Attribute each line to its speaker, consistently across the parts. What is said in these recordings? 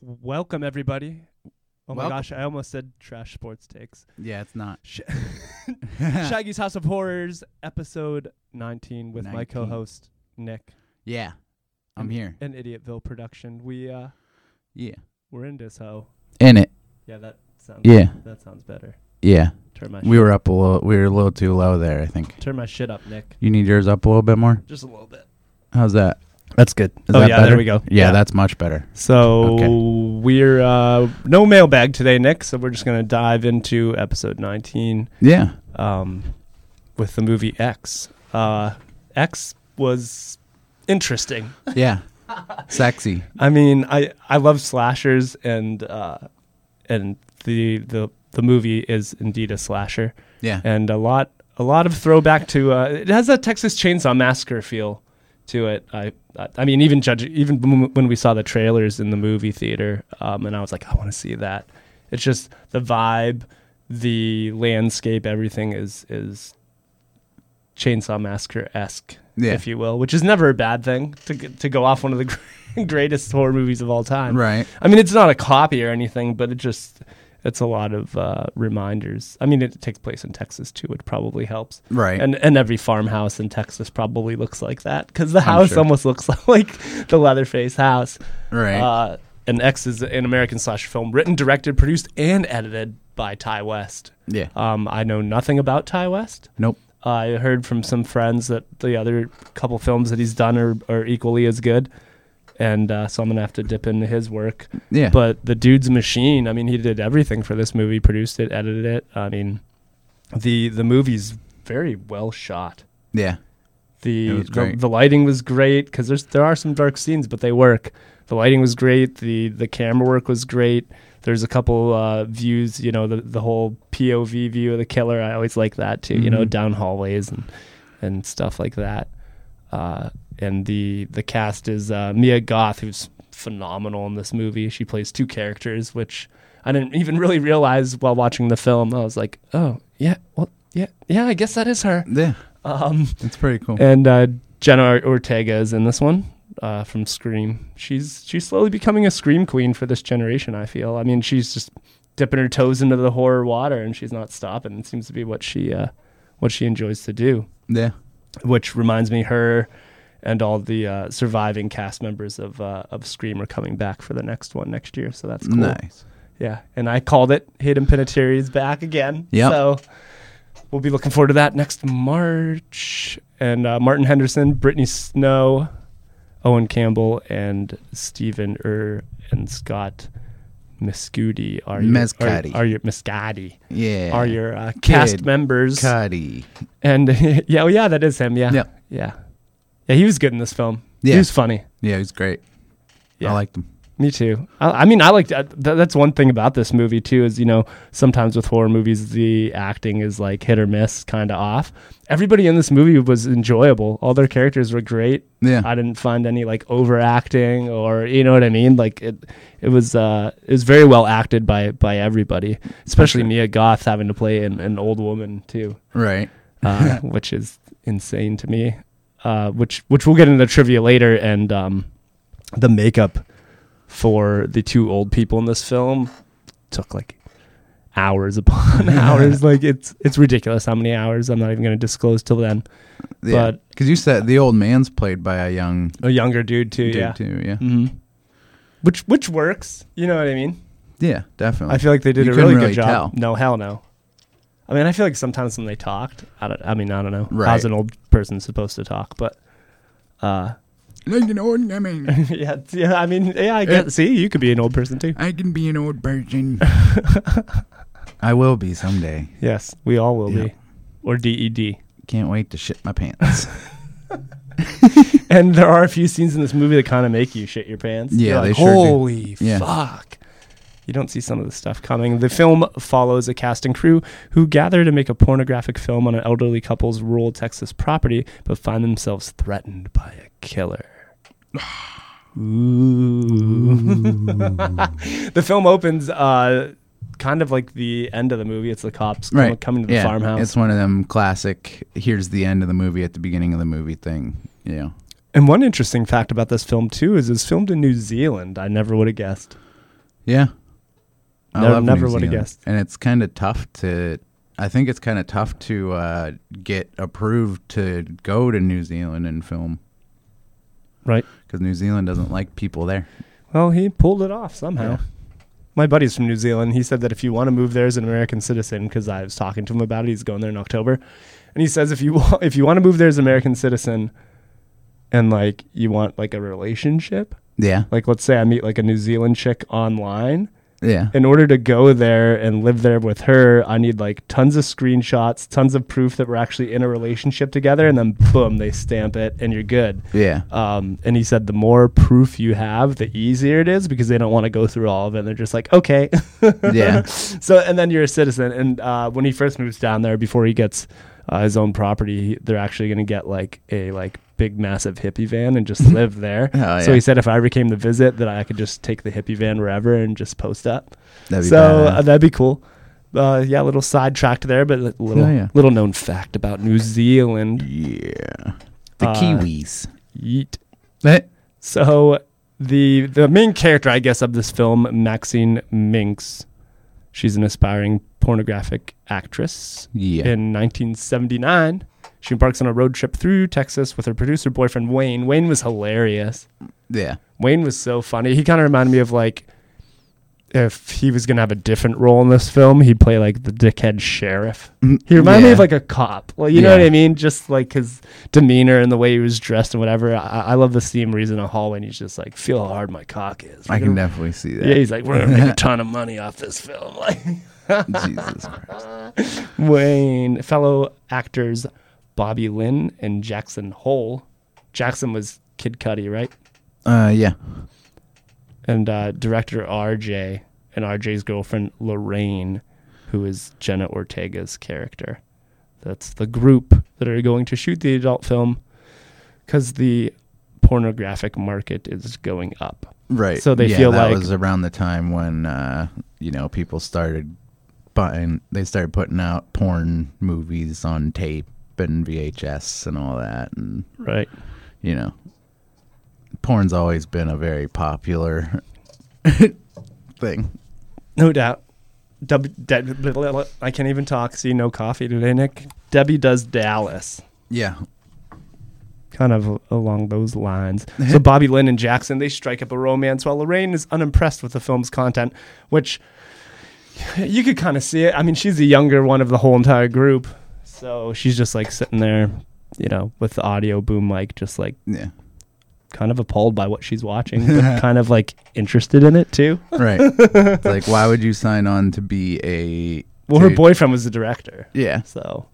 Speaker 1: Welcome everybody. Oh my
Speaker 2: Welcome.
Speaker 1: gosh, I almost said trash sports takes.
Speaker 2: Yeah, it's not.
Speaker 1: Sh- Shaggy's House of Horrors, episode 19, with my
Speaker 2: 19.
Speaker 1: co-host Nick,
Speaker 2: yeah, I'm here.
Speaker 1: an Idiotville production. We uh,
Speaker 2: Yeah,
Speaker 1: we're in this hoe.
Speaker 2: in it.
Speaker 1: Yeah, that sounds.
Speaker 2: Yeah.
Speaker 1: that sounds better.
Speaker 2: Yeah,
Speaker 1: Turn my
Speaker 2: we were up a little. We were a little too low there. I think
Speaker 1: sh- turn my shit up, Nick.
Speaker 2: you need yours up a little bit more.
Speaker 1: Just a little bit.
Speaker 2: How's that?
Speaker 1: That's good.
Speaker 2: Is
Speaker 1: oh
Speaker 2: that
Speaker 1: yeah,
Speaker 2: better?
Speaker 1: there we go.
Speaker 2: Yeah, that's much better.
Speaker 1: So
Speaker 2: Okay.
Speaker 1: we're uh, no mailbag today, Nick. So we're just gonna dive into episode 19.
Speaker 2: Yeah,
Speaker 1: um, with the movie X. Uh, X was interesting.
Speaker 2: yeah, sexy.
Speaker 1: I mean, I, I love slashers, and uh, and the the the movie is indeed a slasher,
Speaker 2: Yeah,
Speaker 1: and a lot a lot of throwback to uh, it has that Texas Chainsaw Massacre feel to it. I I- I mean, even judge even m- when we saw the trailers in the movie theater, um, and I was like, I want to see that. It's just the vibe, the landscape, everything is is Chainsaw Massacre esque,
Speaker 2: Yeah.
Speaker 1: if you will, which is never a bad thing to g- to go off one of the gr- greatest horror movies of all time.
Speaker 2: right.
Speaker 1: I mean, it's not a copy or anything, but it just it's a lot of uh, reminders. I mean, it takes place in Texas too, which probably helps.
Speaker 2: Right.
Speaker 1: And and every farmhouse in Texas probably looks like that because the house
Speaker 2: sure.
Speaker 1: almost looks like the Leatherface house.
Speaker 2: right.
Speaker 1: Uh, and X is an American slasher film written, directed, produced, and edited by Ty West.
Speaker 2: yeah.
Speaker 1: Um, I know nothing about Ty West.
Speaker 2: nope.
Speaker 1: I heard from some friends that the other couple films that he's done are, are equally as good. And uh, so I'm going to have to dip into his work.
Speaker 2: Yeah.
Speaker 1: But the dude's machine. I mean, he did everything for this movie, produced it, edited it. I mean, the the movie's very well shot.
Speaker 2: yeah.
Speaker 1: The
Speaker 2: It was
Speaker 1: the,
Speaker 2: great.
Speaker 1: the lighting was great because there's there are some dark scenes, but they work. The lighting was great. The the camera work was great. There's a couple uh, views, you know, the the whole POV view of the killer. I always like that too, you know,
Speaker 2: Mhm.
Speaker 1: down hallways and and stuff like that. Uh, and the the cast is uh, Mia Goth, who's phenomenal in this movie. She plays two characters, which I didn't even really realize while watching the film. I was like, oh yeah, well yeah, yeah, I guess that is her.
Speaker 2: Yeah.
Speaker 1: Um,
Speaker 2: It's pretty cool.
Speaker 1: and uh, Jenna Ortega is in this one uh, from Scream. She's she's slowly becoming a Scream queen for this generation. I feel. I mean, she's just dipping her toes into the horror water, and she's not stopping. It seems to be what she uh, what she enjoys to do.
Speaker 2: yeah.
Speaker 1: Which reminds me, her and all the uh, surviving cast members of uh, of Scream are coming back for the next one next year. So that's cool.
Speaker 2: Nice.
Speaker 1: Yeah, and I called it. Hayden Panettiere back again.
Speaker 2: Yep.
Speaker 1: So we'll be looking forward to that next March. And uh, Martin Henderson, Brittany Snow, Owen Campbell, and Stephen Err and Scott Mescudi are your,
Speaker 2: Mescati.
Speaker 1: Are, are your Mescati
Speaker 2: Yeah.
Speaker 1: are your uh, cast
Speaker 2: Kid.
Speaker 1: members.
Speaker 2: Cuddy?
Speaker 1: And yeah, oh yeah, that is him. Yeah.
Speaker 2: Yep.
Speaker 1: Yeah. Yeah, he was good in this film. He
Speaker 2: Yeah.
Speaker 1: was funny.
Speaker 2: Yeah, he's great.
Speaker 1: Yeah.
Speaker 2: I liked him.
Speaker 1: Me too. I, I mean, I like uh, th- that's one thing about this movie too is you know sometimes with horror movies the acting is like hit or miss, kind of off. Everybody in this movie was enjoyable. All their characters were great.
Speaker 2: Yeah.
Speaker 1: I didn't find any like overacting or you know what I mean. Like it, it was uh, it was very well acted by by everybody, especially
Speaker 2: sure.
Speaker 1: Mia Goth having to play an, an old woman too
Speaker 2: right.
Speaker 1: uh, which is insane to me. Uh, which which we'll get into trivia later, and um, the makeup for the two old people in this film took like hours upon hours. Like it's it's ridiculous how many hours. I'm not even going to disclose till then.
Speaker 2: Yeah.
Speaker 1: But-
Speaker 2: Because you said the old man's played by a young
Speaker 1: A younger dude too,
Speaker 2: dude
Speaker 1: yeah.
Speaker 2: too. Yeah.
Speaker 1: hmm Which which works. You know what I mean?
Speaker 2: Yeah. Definitely.
Speaker 1: I feel like they did
Speaker 2: You
Speaker 1: a
Speaker 2: couldn't
Speaker 1: really,
Speaker 2: really
Speaker 1: good job.
Speaker 2: tell.
Speaker 1: No, hell no. I mean, I feel like sometimes when they talked, I don't. I mean, I don't know.
Speaker 2: Right.
Speaker 1: How's an old person supposed to talk? But uh,
Speaker 2: Like an old, I mean,
Speaker 1: yeah, it's- yeah. I mean, yeah. I guess. See, you could be an old person too.
Speaker 2: I can be an old person. I will be someday.
Speaker 1: Yes, we all will
Speaker 2: Yeah.
Speaker 1: be, or E DED.
Speaker 2: Can't wait to shit my pants.
Speaker 1: And there are a few scenes in this movie that kind of make you shit your pants.
Speaker 2: Yeah,
Speaker 1: You're
Speaker 2: they
Speaker 1: like,
Speaker 2: sure do.
Speaker 1: Holy
Speaker 2: Yeah.
Speaker 1: fuck! You don't see some of the stuff coming. The film follows a cast and crew who gather to make a pornographic film on an elderly couple's rural Texas property, but find themselves threatened by a killer. the film opens uh, kind of like the end of the movie. It's the cops com-
Speaker 2: right.
Speaker 1: coming to the
Speaker 2: yeah.
Speaker 1: farmhouse.
Speaker 2: It's one of them classic, here's the end of the movie at the beginning of the movie thing. You know.
Speaker 1: And one interesting fact about this film too is it was filmed in New Zealand. I never would have guessed.
Speaker 2: Yeah.
Speaker 1: Never-
Speaker 2: love
Speaker 1: never
Speaker 2: New
Speaker 1: would've
Speaker 2: Zealand.
Speaker 1: guessed.
Speaker 2: And it's kind of tough to. I think it's kind of tough to uh, get approved to go to New Zealand and film
Speaker 1: Right.
Speaker 2: because New Zealand doesn't like people there.
Speaker 1: Well, he pulled it off somehow.
Speaker 2: Yeah.
Speaker 1: My buddy's from New Zealand. He said that if you want to move there as an American citizen, because I was talking to him about it, he's going there in October, and he says if you wa- if you want to move there as an American citizen, and like you want like a relationship,
Speaker 2: Yeah.
Speaker 1: like let's say I meet like a New Zealand chick online,
Speaker 2: Yeah.
Speaker 1: in order to go there and live there with her, I need like tons of screenshots, tons of proof that we're actually in a relationship together, and then boom, they stamp it, and you're good.
Speaker 2: Yeah.
Speaker 1: Um, and he said the more proof you have, the easier it is because they don't want to go through all of it. They're just like, okay.
Speaker 2: Yeah.
Speaker 1: so, and then you're a citizen. And uh, when he first moves down there, before he gets uh, his own property, he- they're actually going to get like a like big massive hippie van and just live there.
Speaker 2: Oh,
Speaker 1: So
Speaker 2: yeah.
Speaker 1: he said if I ever came to visit, that I could just take the hippie van wherever and just post up.
Speaker 2: That'd be
Speaker 1: so uh,
Speaker 2: badass.
Speaker 1: that'd be cool. Uh, yeah, a little sidetracked there, but a little
Speaker 2: Oh, yeah.
Speaker 1: little known fact about New Zealand.
Speaker 2: yeah. The
Speaker 1: Uh,
Speaker 2: Kiwis.
Speaker 1: Yeet.
Speaker 2: Eh.
Speaker 1: So the the main character, I guess, of this film, Maxine Minks, she's an aspiring pornographic actress.
Speaker 2: Yeah.
Speaker 1: In 1979, she embarks on a road trip through Texas with her producer boyfriend Wayne. Wayne was hilarious.
Speaker 2: yeah.
Speaker 1: Wayne was so funny. He kind of reminded me of like if he was gonna have a different role in this film, he'd play like the dickhead sheriff. He reminded me
Speaker 2: Yeah.
Speaker 1: of like a cop. Well, you know
Speaker 2: Yeah.
Speaker 1: what I mean? Just like his demeanor and the way he was dressed and whatever. I, I love the scene where he's in a hallway and he's just like, feel how hard my cock is.
Speaker 2: I
Speaker 1: We're
Speaker 2: can
Speaker 1: gonna-
Speaker 2: definitely see
Speaker 1: Yeah,
Speaker 2: that.
Speaker 1: he's like, we're gonna make a ton of money off this film. Like
Speaker 2: Jesus Christ.
Speaker 1: Wayne, fellow actors Bobby Lynn and Jackson Hole. Jackson was Kid Cudi, right?
Speaker 2: Uh, yeah.
Speaker 1: and uh, director RJ and RJ's girlfriend Lorraine, who is Jenna Ortega's character. That's the group that are going to shoot the adult film because the pornographic market is going up.
Speaker 2: Right.
Speaker 1: So they
Speaker 2: yeah,
Speaker 1: feel
Speaker 2: that
Speaker 1: like-
Speaker 2: was around the time when uh, you know people started buying. They started putting out porn movies on tape and VHS and all that, and
Speaker 1: Right.
Speaker 2: you know, porn's always been a very popular thing.
Speaker 1: No doubt. W- de- blah, blah, blah. I can't even talk. See, no coffee today, Nick. Debbie does Dallas.
Speaker 2: Yeah.
Speaker 1: kind of along those lines. so Bobby Lynn and Jackson they strike up a romance while Lorraine is unimpressed with the film's content, which you could kind of see it. I mean, she's the younger one of the whole entire group, so she's just like sitting there, you know, with the audio boom mic, just like
Speaker 2: Yeah.
Speaker 1: kind of appalled by what she's watching, but kind of like interested in it too.
Speaker 2: Right. It's like, why would you sign on to be a?
Speaker 1: Well, her
Speaker 2: to-
Speaker 1: boyfriend was the director,
Speaker 2: Yeah.
Speaker 1: so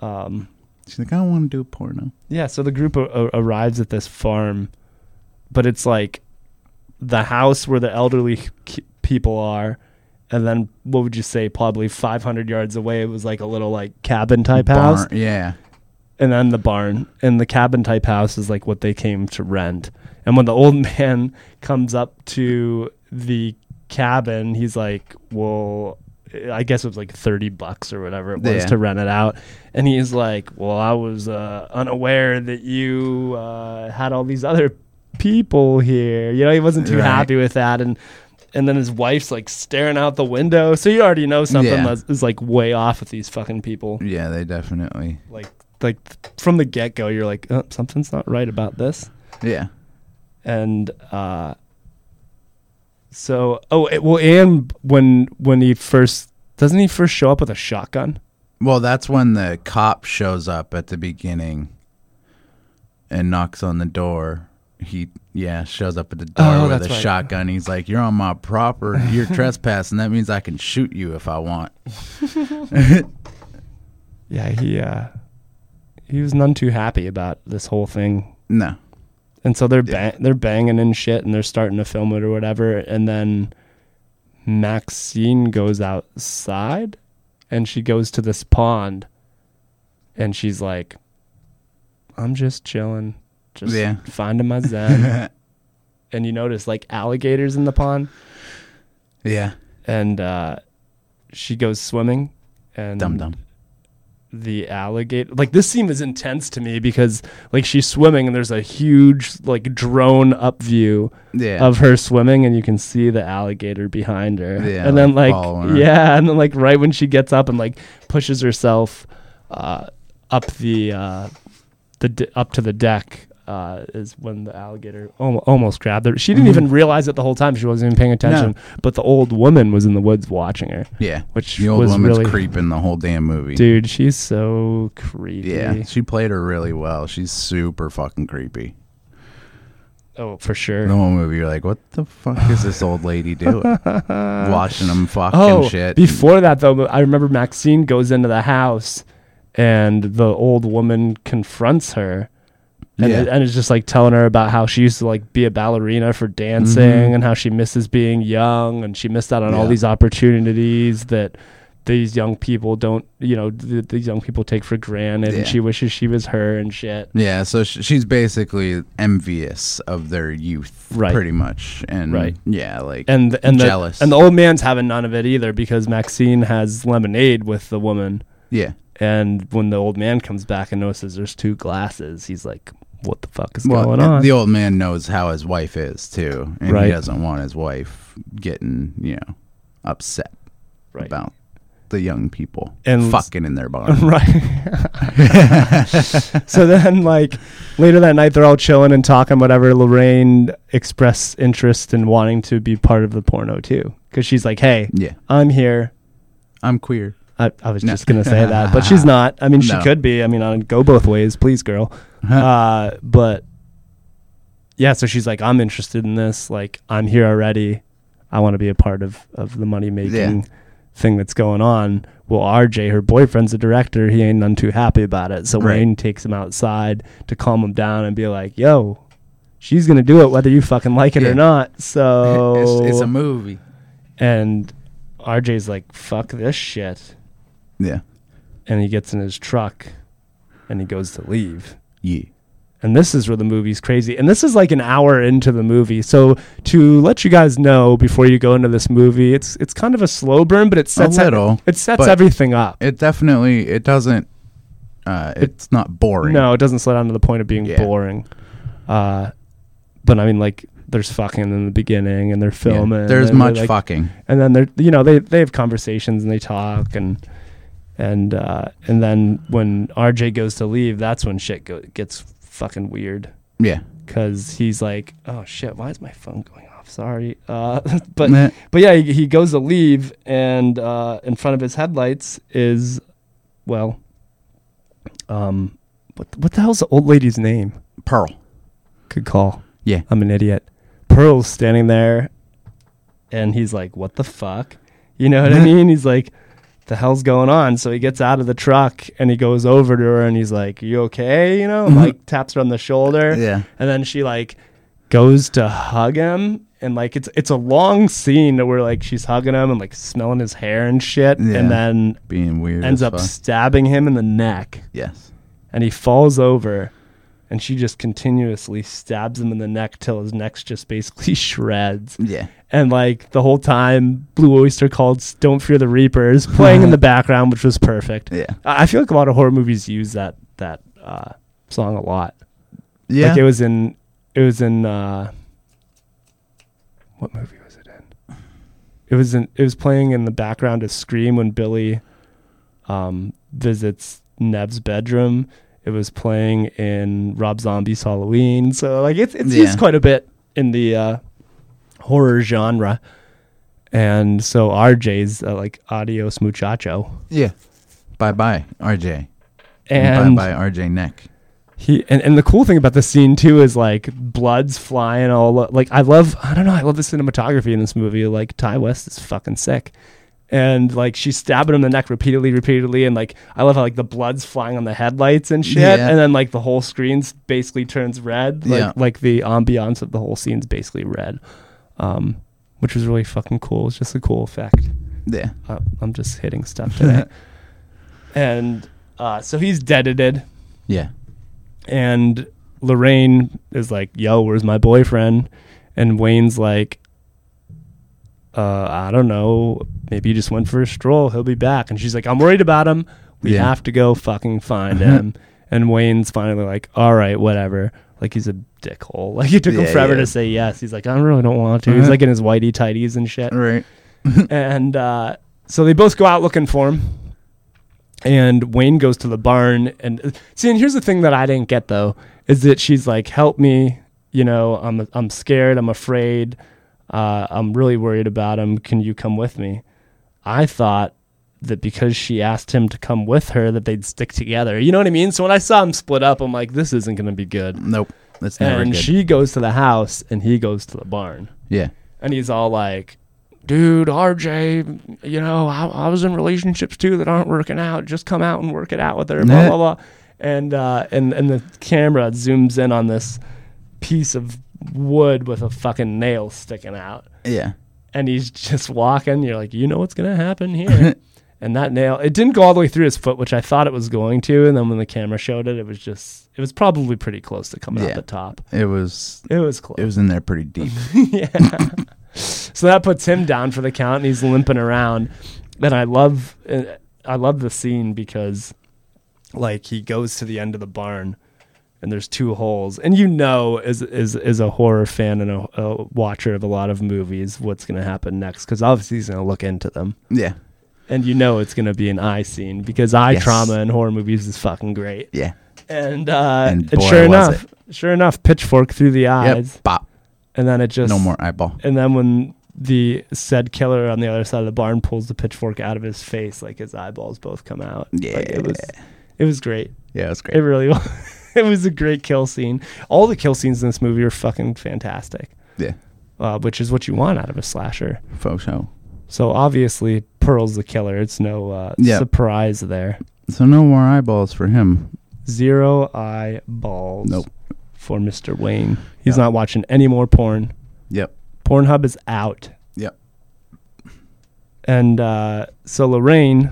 Speaker 1: um,
Speaker 2: She's like, I don't want to do porno.
Speaker 1: Yeah, so the group a- a- arrives at this farm, but it's like the house where the elderly k- people are, and then what would you say, probably 500 yards away, it was like a little like cabin type house,
Speaker 2: Barn- Yeah.
Speaker 1: and then the barn, and the cabin type house is like what they came to rent. And when the old man comes up to the cabin, he's like, "Well." I guess it was like 30 bucks or whatever it was
Speaker 2: Yeah.
Speaker 1: to rent it out. And he's like, Well, I was uh, unaware that you uh, had all these other people here. You know, he wasn't too
Speaker 2: Right.
Speaker 1: happy with that. And and then his wife's like staring out the window. So you already know something
Speaker 2: Yeah.
Speaker 1: that's is like way off with these fucking people.
Speaker 2: Yeah. They definitely.
Speaker 1: Like, like from the get go, you're like, oh, something's not right about this
Speaker 2: Yeah.
Speaker 1: and uh, so oh it, well and when when he first doesn't he first show up with a shotgun
Speaker 2: Well, that's when the cop shows up at the beginning and knocks on the door. He yeah shows up at the door
Speaker 1: Oh,
Speaker 2: with a
Speaker 1: that's right.
Speaker 2: shotgun. He's like, "You're on my property. You're trespassing. That means I can shoot you if I want."
Speaker 1: yeah he uh he was none too happy about this whole thing
Speaker 2: No,
Speaker 1: and so they're bang, they're banging and shit and they're starting to film it or whatever and then Maxine goes outside and she goes to this pond and she's like I'm just chilling just
Speaker 2: Yeah.
Speaker 1: finding my zen and you notice like alligators in the pond
Speaker 2: yeah,
Speaker 1: and uh she goes swimming and
Speaker 2: dum dum.
Speaker 1: the alligator. Like this scene is intense to me because like she's swimming and there's a huge like drone up view
Speaker 2: Yeah.
Speaker 1: of her swimming and you can see the alligator behind her.
Speaker 2: Yeah,
Speaker 1: and then
Speaker 2: like,
Speaker 1: like
Speaker 2: following her.
Speaker 1: yeah, and then like right when she gets up and like pushes herself uh, up the uh, the d- up to the deck. Uh, is when the alligator al- almost grabbed her. She didn't
Speaker 2: Mhm.
Speaker 1: even realize it the whole time. She wasn't even paying attention. But the old woman was in the woods watching her,
Speaker 2: yeah.
Speaker 1: which
Speaker 2: The old
Speaker 1: was
Speaker 2: woman's
Speaker 1: really
Speaker 2: creeping the whole damn movie.
Speaker 1: Dude, she's so creepy.
Speaker 2: Yeah, she played her really well. She's super fucking creepy.
Speaker 1: Oh, for sure.
Speaker 2: The whole movie, you're like, what the fuck is this old lady doing? Watching them fucking
Speaker 1: oh,
Speaker 2: shit.
Speaker 1: before that though, I remember Maxine goes into the house, and the old woman confronts her, and,
Speaker 2: Yeah.
Speaker 1: it- and is just like telling her about how she used to like be a ballerina for dancing,
Speaker 2: Mhm.
Speaker 1: and how she misses being young, and she missed out on all
Speaker 2: Yeah.
Speaker 1: these opportunities that these young people don't, you know, th- these young people take for granted,
Speaker 2: Yeah.
Speaker 1: and she wishes she was her and shit.
Speaker 2: yeah, so sh- she's basically envious of their youth,
Speaker 1: Right.
Speaker 2: pretty much. And
Speaker 1: Right.
Speaker 2: yeah, like,
Speaker 1: And th- and
Speaker 2: Jealous.
Speaker 1: the and the old man's having none of it either because Maxine has lemonade with the woman.
Speaker 2: yeah.
Speaker 1: And when the old man comes back and notices there's two glasses, he's like, "What the fuck is
Speaker 2: Well,
Speaker 1: going on?"
Speaker 2: the old man knows how his wife is, too. And
Speaker 1: Right.
Speaker 2: he doesn't want his wife getting, you know, upset
Speaker 1: Right.
Speaker 2: about the young people
Speaker 1: And-
Speaker 2: fucking in their barn.
Speaker 1: right. so then, like later that night, they're all chilling and talking. Whatever. Lorraine expressed interest in wanting to be part of the porno too, because she's like, "Hey,
Speaker 2: yeah,
Speaker 1: I'm here."
Speaker 2: I'm queer.
Speaker 1: I, I was
Speaker 2: No.
Speaker 1: just gonna say that, but she's not. I mean, she
Speaker 2: No.
Speaker 1: could be. I mean, I'd go both ways, please, girl. uh, but yeah, so she's like, I'm interested in this. Like, I'm here already. I want to be a part of of the money making
Speaker 2: Yeah.
Speaker 1: thing that's going on. Well, RJ, her boyfriend's a director. He ain't none too happy about it. So
Speaker 2: Right.
Speaker 1: Wayne takes him outside to calm him down and be like, Yo, she's gonna do it whether you fucking like it
Speaker 2: Yeah.
Speaker 1: or not. So
Speaker 2: it's, it's a movie.
Speaker 1: and RJ's like, Fuck this shit,
Speaker 2: Yeah.
Speaker 1: and he gets in his truck and he goes to leave.
Speaker 2: Yeah.
Speaker 1: And this is where the movie's crazy. And this is like an hour into the movie. So to let you guys know before you go into this movie, it's it's kind of a slow burn, but it sets e-
Speaker 2: a little.
Speaker 1: it sets
Speaker 2: but-
Speaker 1: everything up.
Speaker 2: It definitely it doesn't uh it's not boring.
Speaker 1: No, it doesn't slow down to the point of being
Speaker 2: Yeah.
Speaker 1: boring. Uh, but I mean, like there's fucking in the beginning, and they're
Speaker 2: Yeah.
Speaker 1: filming.
Speaker 2: There's
Speaker 1: and they're,
Speaker 2: much
Speaker 1: like,
Speaker 2: fucking.
Speaker 1: and then they're you know they they have conversations and they talk and and uh, and then when RJ goes to leave, that's when shit go- gets fucking weird.
Speaker 2: Yeah.
Speaker 1: because he's like, oh shit, why is my phone going off? Sorry, uh, but
Speaker 2: Meh.
Speaker 1: but yeah, he, he goes to leave, and uh, in front of his headlights is, well, um, what what the hell's the old lady's name?
Speaker 2: Pearl.
Speaker 1: Good call.
Speaker 2: Yeah.
Speaker 1: I'm an idiot. Pearl's standing there, and he's like, "What the fuck?" You know what I mean? He's like, "The hell's going on?" So he gets out of the truck and he goes over to her and he's like, "You okay?" You know, and, like taps her on the shoulder.
Speaker 2: Mm-hmm. Yeah.
Speaker 1: And then she like goes to hug him and like it's it's a long scene where like she's hugging him and like smelling his hair and shit
Speaker 2: Yeah.
Speaker 1: and then
Speaker 2: Being weird.
Speaker 1: ends
Speaker 2: as
Speaker 1: up
Speaker 2: fuck.
Speaker 1: stabbing him in the neck
Speaker 2: Yes.
Speaker 1: and he falls over and she just continuously stabs him in the neck till his neck's just basically shreds
Speaker 2: Yeah.
Speaker 1: and like the whole time blue oyster called don't fear the reaper is playing in the background which was perfect
Speaker 2: Yeah.
Speaker 1: i I feel like a lot of horror movies use that that uh, song a lot
Speaker 2: Yeah.
Speaker 1: like it was in it was in uh what movie was it in? It was in it was playing in the background of Scream when Billy um visits Nev's bedroom. It was playing in Rob Zombie's Halloween. So like it's it's
Speaker 2: Yeah.
Speaker 1: used quite a bit in the uh horror genre. And so RJ's uh, like adios muchacho.
Speaker 2: yeah. Bye bye, RJ.
Speaker 1: And
Speaker 2: bye bye RJ Neck.
Speaker 1: He and, and the cool thing about the scene too is like blood's flying all o- like I love I don't know I love the cinematography in this movie like Ty West is fucking sick and like she's stabbing him in the neck repeatedly repeatedly and like I love how like the blood's flying on the headlights and shit
Speaker 2: Yeah.
Speaker 1: and then like the whole screen s- basically turns red like
Speaker 2: Yeah.
Speaker 1: like the ambiance of the whole scene's basically red um which was really fucking cool it's just a cool effect
Speaker 2: Yeah.
Speaker 1: uh, I'm just hitting stuff today and uh so he's deaded
Speaker 2: Yeah.
Speaker 1: and Lorraine is like, "Yo, where's my boyfriend?" And Wayne's like, "Uh, I don't know. Maybe he just went for a stroll. He'll be back." And she's like, "I'm worried about him. We
Speaker 2: Yeah. Mm-hmm.
Speaker 1: have to go fucking find him. And Wayne's finally like, all right, whatever. Like he's a dickhole. Like it took him
Speaker 2: Yeah,
Speaker 1: forever
Speaker 2: yeah.
Speaker 1: to say yes. He's like, I really don't want to. He's
Speaker 2: Uh-huh.
Speaker 1: like in his whitey tighties and shit.
Speaker 2: Right.
Speaker 1: and uh, so they both go out looking for him. And Wayne goes to the barn. And see, and here's the thing that I didn't get though is that she's like, "Help me! You know, I'm I'm scared. I'm afraid. Uh, I'm really worried about him. Can you come with me?" I thought that because she asked him to come with her, that they'd stick together. You know what I mean? So when I saw them split up, I'm like, "This isn't going to be good."
Speaker 2: Nope. That's never
Speaker 1: and
Speaker 2: good.
Speaker 1: she goes to the house, and he goes to the barn
Speaker 2: yeah.
Speaker 1: and he's all like dude rj you know I, I was in relationships too that aren't working out just come out and work it out with her blah
Speaker 2: Nah.
Speaker 1: blah blah and uh and and the camera zooms in on this piece of wood with a fucking nail sticking out
Speaker 2: Yeah.
Speaker 1: and he's just walking you're like you know what's gonna happen here and that nail it didn't go all the way through his foot which i thought it was going to and then when the camera showed it it was just it was probably pretty close to coming out
Speaker 2: Yeah.
Speaker 1: the top
Speaker 2: It was
Speaker 1: it was close
Speaker 2: it was in there pretty deep.
Speaker 1: yeah. so that puts him down for the count, and he's limping around. And I love, uh, I love the scene because, like, he goes to the end of the barn, and there's two holes, and you know, as as as a horror fan and a, a watcher of a lot of movies, what's going to happen next? Because obviously he's going to look into them,
Speaker 2: yeah.
Speaker 1: and you know it's going to be an eye scene because eye
Speaker 2: Yes.
Speaker 1: trauma in horror movies is fucking great.
Speaker 2: Yeah.
Speaker 1: And uh,
Speaker 2: And
Speaker 1: and,
Speaker 2: boy,
Speaker 1: sure
Speaker 2: was
Speaker 1: enough, sure enough, pitchfork through the
Speaker 2: Yep.
Speaker 1: eyes,
Speaker 2: Bop.
Speaker 1: and then it just
Speaker 2: No more eyeball.
Speaker 1: and then when the said killer on the other side of the barn pulls the pitchfork out of his face, like his eyeballs both come out. Like, it was it was great.
Speaker 2: Yeah, it was
Speaker 1: It
Speaker 2: great.
Speaker 1: really was. it was a great kill scene. All the kill scenes in this movie are fucking fantastic,
Speaker 2: Yeah.
Speaker 1: uh, which is what you want out of a slasher.
Speaker 2: Faux show.
Speaker 1: So obviously, Pearl's the killer. It's no uh,
Speaker 2: Yeah.
Speaker 1: surprise there.
Speaker 2: So no more eyeballs for him.
Speaker 1: Zero eyeballs.
Speaker 2: Nope.
Speaker 1: For Mr. Wayne, he's
Speaker 2: Yeah.
Speaker 1: not watching any more porn.
Speaker 2: Yep.
Speaker 1: Pornhub is out.
Speaker 2: Yep.
Speaker 1: And uh, so Lorraine,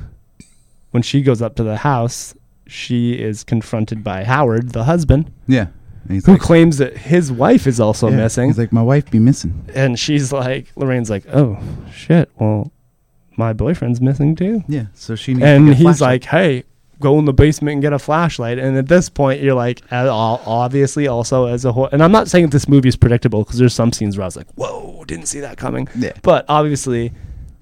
Speaker 1: when she goes up to the house, she is confronted by Howard, the husband,
Speaker 2: Yeah. And he's
Speaker 1: who
Speaker 2: like,
Speaker 1: claims that his wife is also
Speaker 2: yeah.
Speaker 1: missing.
Speaker 2: He's like, my wife be missing.
Speaker 1: and she's like, Lorraine's like, oh, shit, well, my boyfriend's missing too.
Speaker 2: Yeah. So she needs to
Speaker 1: And
Speaker 2: get a
Speaker 1: he's
Speaker 2: flashlight.
Speaker 1: like, hey, go in the basement and get a flashlight. And at this point, you're like, at all, obviously, also as a whole. And I'm not saying that this movie is predictable because there's some scenes where I was like, whoa, didn't see that coming.
Speaker 2: Yeah.
Speaker 1: But obviously,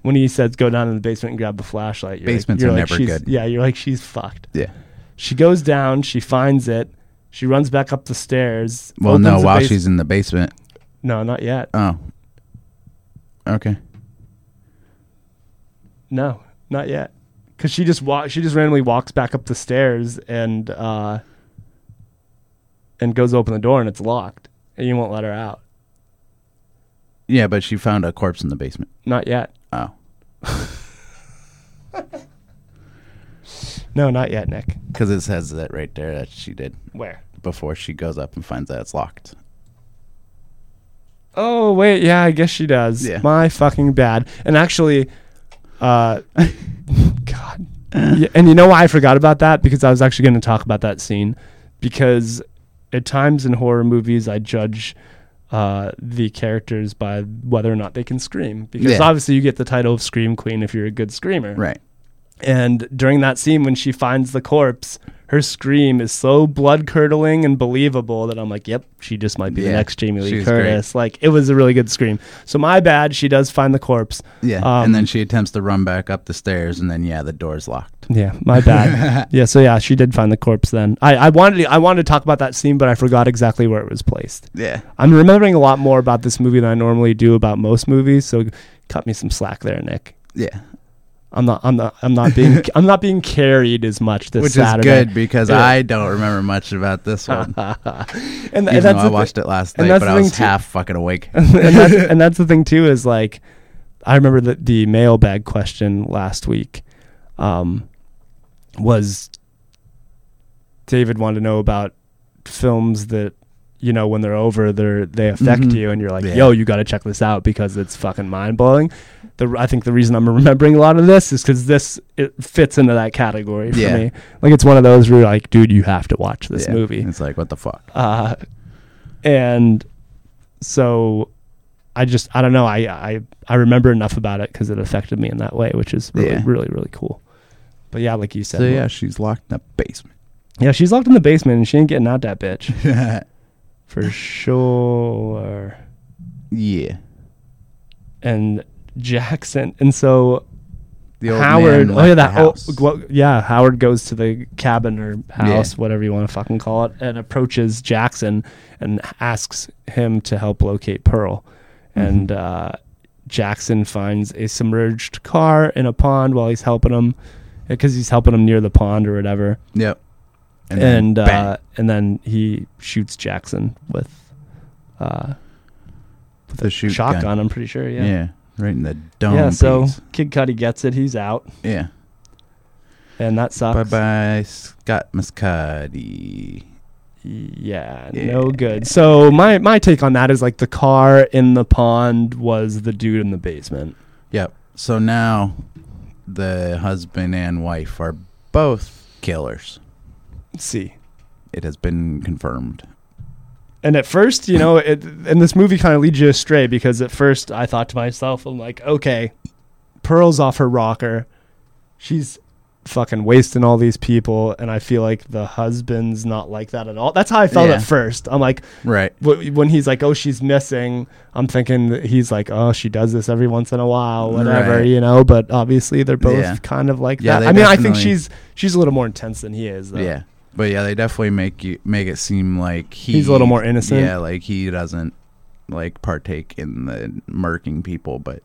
Speaker 1: when he says go down in the basement and grab a flashlight, you're
Speaker 2: Basements
Speaker 1: like,
Speaker 2: are
Speaker 1: you're like
Speaker 2: never
Speaker 1: she's,
Speaker 2: good.
Speaker 1: Yeah, you're like she's fucked.
Speaker 2: Yeah.
Speaker 1: She goes down, she finds it, she runs back up the stairs.
Speaker 2: Well,
Speaker 1: opens
Speaker 2: no,
Speaker 1: the
Speaker 2: while
Speaker 1: base-
Speaker 2: she's in the basement.
Speaker 1: no, not yet.
Speaker 2: Oh. Okay.
Speaker 1: No, not yet. Because she just wa- she just randomly walks back up the stairs and uh, and goes to open the door and it's locked and you won't let her out.
Speaker 2: Yeah, but she found a corpse in the basement.
Speaker 1: Not yet.
Speaker 2: Oh.
Speaker 1: No, not yet, Nick.
Speaker 2: Because it says that right there that she did
Speaker 1: Where?
Speaker 2: before she goes up and finds that it's locked.
Speaker 1: Oh wait, yeah, I guess she does.
Speaker 2: Yeah.
Speaker 1: My fucking bad. And actually, uh, God. Yeah, and you know why I forgot about that? Because I was actually going to talk about that scene. Because at times in horror movies, I judge uh, the characters by whether or not they can scream. Because
Speaker 2: Yeah.
Speaker 1: obviously, you get the title of Scream Queen if you're a good screamer.
Speaker 2: Right.
Speaker 1: And during that scene, when she finds the corpse, her scream is so blood curdling and believable that I'm like, yep, she just might be the
Speaker 2: Yeah,
Speaker 1: next Jamie Lee
Speaker 2: she's
Speaker 1: Curtis. Like, it was a really good scream. So, my bad, she does find the corpse.
Speaker 2: Yeah.
Speaker 1: Um,
Speaker 2: and then she attempts to run back up the stairs, and then, yeah, the door's locked.
Speaker 1: Yeah, my bad. yeah, so yeah, she did find the corpse then. I, I wanted to, I wanted to talk about that scene, but I forgot exactly where it was placed.
Speaker 2: Yeah.
Speaker 1: I'm remembering a lot more about this movie than I normally do about most movies, so cut me some slack there, Nick.
Speaker 2: Yeah.
Speaker 1: I'm not I'm not I'm not being I'm not being carried as much this
Speaker 2: Which
Speaker 1: Saturday.
Speaker 2: is good because
Speaker 1: Yeah. Uh,
Speaker 2: I don't remember much about this one.
Speaker 1: and,
Speaker 2: Even
Speaker 1: and
Speaker 2: though
Speaker 1: that's
Speaker 2: I
Speaker 1: the thi-
Speaker 2: watched it last
Speaker 1: and
Speaker 2: night,
Speaker 1: that's
Speaker 2: but
Speaker 1: the
Speaker 2: I was
Speaker 1: thing, too.
Speaker 2: half fucking awake.
Speaker 1: and, that's, and that's the thing too is like i remember that the mailbag question last week um, was david wanted to know about films that you know when they're over they're they affect
Speaker 2: Mhm.
Speaker 1: you and you're like
Speaker 2: Yeah.
Speaker 1: yo you got to check this out because it's fucking mind-blowing the, i think the reason i'm remembering a lot of this is because this it fits into that category for
Speaker 2: Yeah.
Speaker 1: me like it's one of those where you're like dude you have to watch this
Speaker 2: Yeah.
Speaker 1: movie
Speaker 2: It's like, what the fuck?
Speaker 1: uh, and so I just I don't know I I I remember enough about it because it affected me in that way, which is really
Speaker 2: Yeah.
Speaker 1: really really cool. But yeah, like you said,
Speaker 2: So yeah, she's locked in the basement.
Speaker 1: yeah, she's locked in the basement and she ain't getting out that bitch for sure.
Speaker 2: yeah.
Speaker 1: And Jackson, and so
Speaker 2: The old
Speaker 1: Howard.
Speaker 2: man
Speaker 1: Oh yeah,
Speaker 2: left
Speaker 1: that.
Speaker 2: the
Speaker 1: Oh,
Speaker 2: house.
Speaker 1: well, yeah. Howard goes to the cabin or house, whatever you want to fucking call it, and approaches Jackson and asks him to help locate Pearl.
Speaker 2: Mm-hmm.
Speaker 1: And uh, Jackson finds a submerged car in a pond while he's helping him, because he's helping him near the pond or whatever.
Speaker 2: Yep. then
Speaker 1: And
Speaker 2: bang.
Speaker 1: uh, and then he shoots Jackson with uh,
Speaker 2: the shoot
Speaker 1: shotgun.
Speaker 2: gun.
Speaker 1: I'm pretty sure.
Speaker 2: Yeah.
Speaker 1: Yeah.
Speaker 2: right in the
Speaker 1: Yeah.
Speaker 2: dome.
Speaker 1: so
Speaker 2: piece.
Speaker 1: Kid Cudi gets it. He's out,
Speaker 2: yeah.
Speaker 1: and that sucks.
Speaker 2: Bye bye, Scott Muscati.
Speaker 1: Yeah,
Speaker 2: Yeah.
Speaker 1: no good. So my my take on that is like the car in the pond was the dude in the basement.
Speaker 2: Yep. So now the husband and wife are both killers.
Speaker 1: see.
Speaker 2: It has been confirmed.
Speaker 1: And at first, you know, it, and this movie kind of leads you astray because at first I thought to myself, I'm like, okay, Pearl's off her rocker. She's fucking wasting all these people. And I feel like the husband's not like that at all. That's how I felt
Speaker 2: Yeah.
Speaker 1: at first. I'm like,
Speaker 2: Right.
Speaker 1: wh- when he's like, oh, she's missing, I'm thinking that he's like, oh, she does this every once in a while, whatever,
Speaker 2: Right.
Speaker 1: you know. But obviously, they're both
Speaker 2: Yeah.
Speaker 1: kind of like that.
Speaker 2: Yeah, they
Speaker 1: I mean, I think
Speaker 2: definitely-
Speaker 1: she's she's a little more intense than he is. Though.
Speaker 2: Yeah. But yeah, they definitely make you make it seem like he,
Speaker 1: He's a little more innocent.
Speaker 2: Yeah, like he doesn't like partake in the murking people, but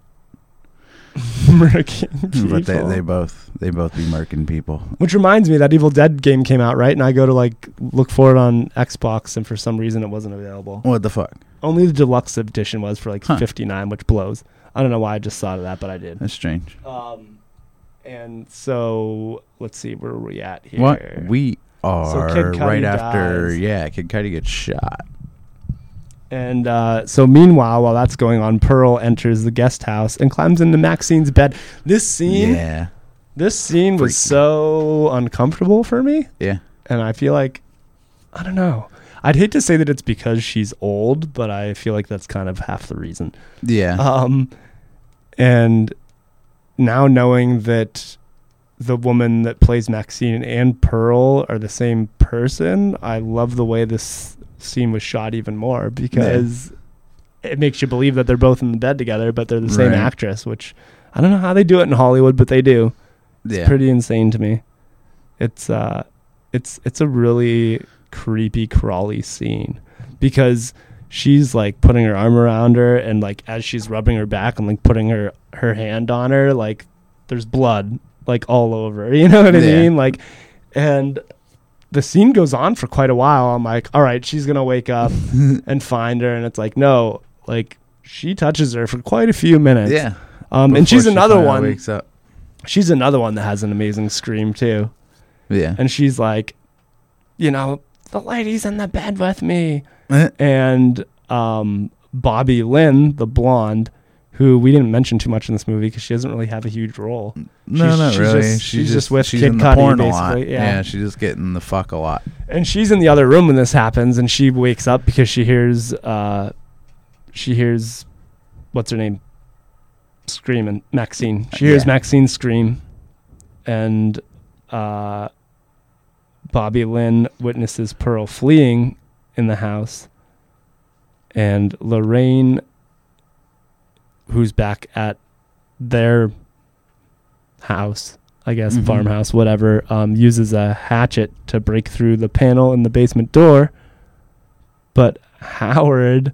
Speaker 1: Murking
Speaker 2: but they,
Speaker 1: people.
Speaker 2: they both they both be murking people.
Speaker 1: Which reminds me, that Evil Dead game came out right, and I go to like look for it on Xbox, and for some reason it wasn't available.
Speaker 2: What the fuck?
Speaker 1: Only the deluxe edition was for like
Speaker 2: Huh.
Speaker 1: 59, which blows. I don't know why I just thought of that, but I did.
Speaker 2: That's strange.
Speaker 1: Um, and so let's see where are we at here.
Speaker 2: What we are
Speaker 1: Kid Cudi
Speaker 2: right after
Speaker 1: dies.
Speaker 2: yeah, Kid Cudi gets shot.
Speaker 1: And uh, so, meanwhile, while that's going on, Pearl enters the guest house and climbs into Maxine's bed. This scene,
Speaker 2: Yeah.
Speaker 1: this scene was
Speaker 2: Freak.
Speaker 1: so uncomfortable for me,
Speaker 2: Yeah.
Speaker 1: and I feel like, I don't know. I'd hate to say that it's because she's old, but I feel like that's kind of half the reason.
Speaker 2: Yeah.
Speaker 1: Um, and now knowing that the woman that plays Maxine and Pearl are the same person, I love the way this scene was shot even more because it makes you believe that they're both in the bed together, but they're the same
Speaker 2: Right.
Speaker 1: actress, which I don't know how they do it in Hollywood, but they do. It's
Speaker 2: yeah.
Speaker 1: pretty insane to me. It's uh it's it's a really creepy crawly scene because she's like putting her arm around her and like as she's rubbing her back and like putting her her hand on her like there's blood like all over. You know what I
Speaker 2: Yeah.
Speaker 1: mean? Like and the scene goes on for quite a while. I'm like, all right, she's gonna wake up and find her, and it's like, no, like she touches her for quite a few minutes.
Speaker 2: yeah.
Speaker 1: um, and she's
Speaker 2: Before she
Speaker 1: another
Speaker 2: finally
Speaker 1: one.
Speaker 2: Wakes up.
Speaker 1: She's another one that has an amazing scream too.
Speaker 2: Yeah.
Speaker 1: And she's like, you know, the lady's in the bed with me.
Speaker 2: Eh.
Speaker 1: And um, Bobby Lynn, the blonde, who we didn't mention too much in this movie because she doesn't really have a huge role.
Speaker 2: No,
Speaker 1: She's-
Speaker 2: not
Speaker 1: she's
Speaker 2: really.
Speaker 1: just- she's just with
Speaker 2: she's
Speaker 1: Kid Cudi,
Speaker 2: in the porn a lot.
Speaker 1: basically, yeah.
Speaker 2: Yeah. she's just getting the fuck a lot.
Speaker 1: And she's in the other room when this happens, and she wakes up because she hears, uh, she hears, what's her name, screaming Maxine. She hears
Speaker 2: Yeah.
Speaker 1: Maxine scream, and uh, Bobby Lynn witnesses Pearl fleeing in the house, and Lorraine, who's back at their house, I guess,
Speaker 2: Mhm.
Speaker 1: farmhouse, whatever, um, uses a hatchet to break through the panel in the basement door. But Howard,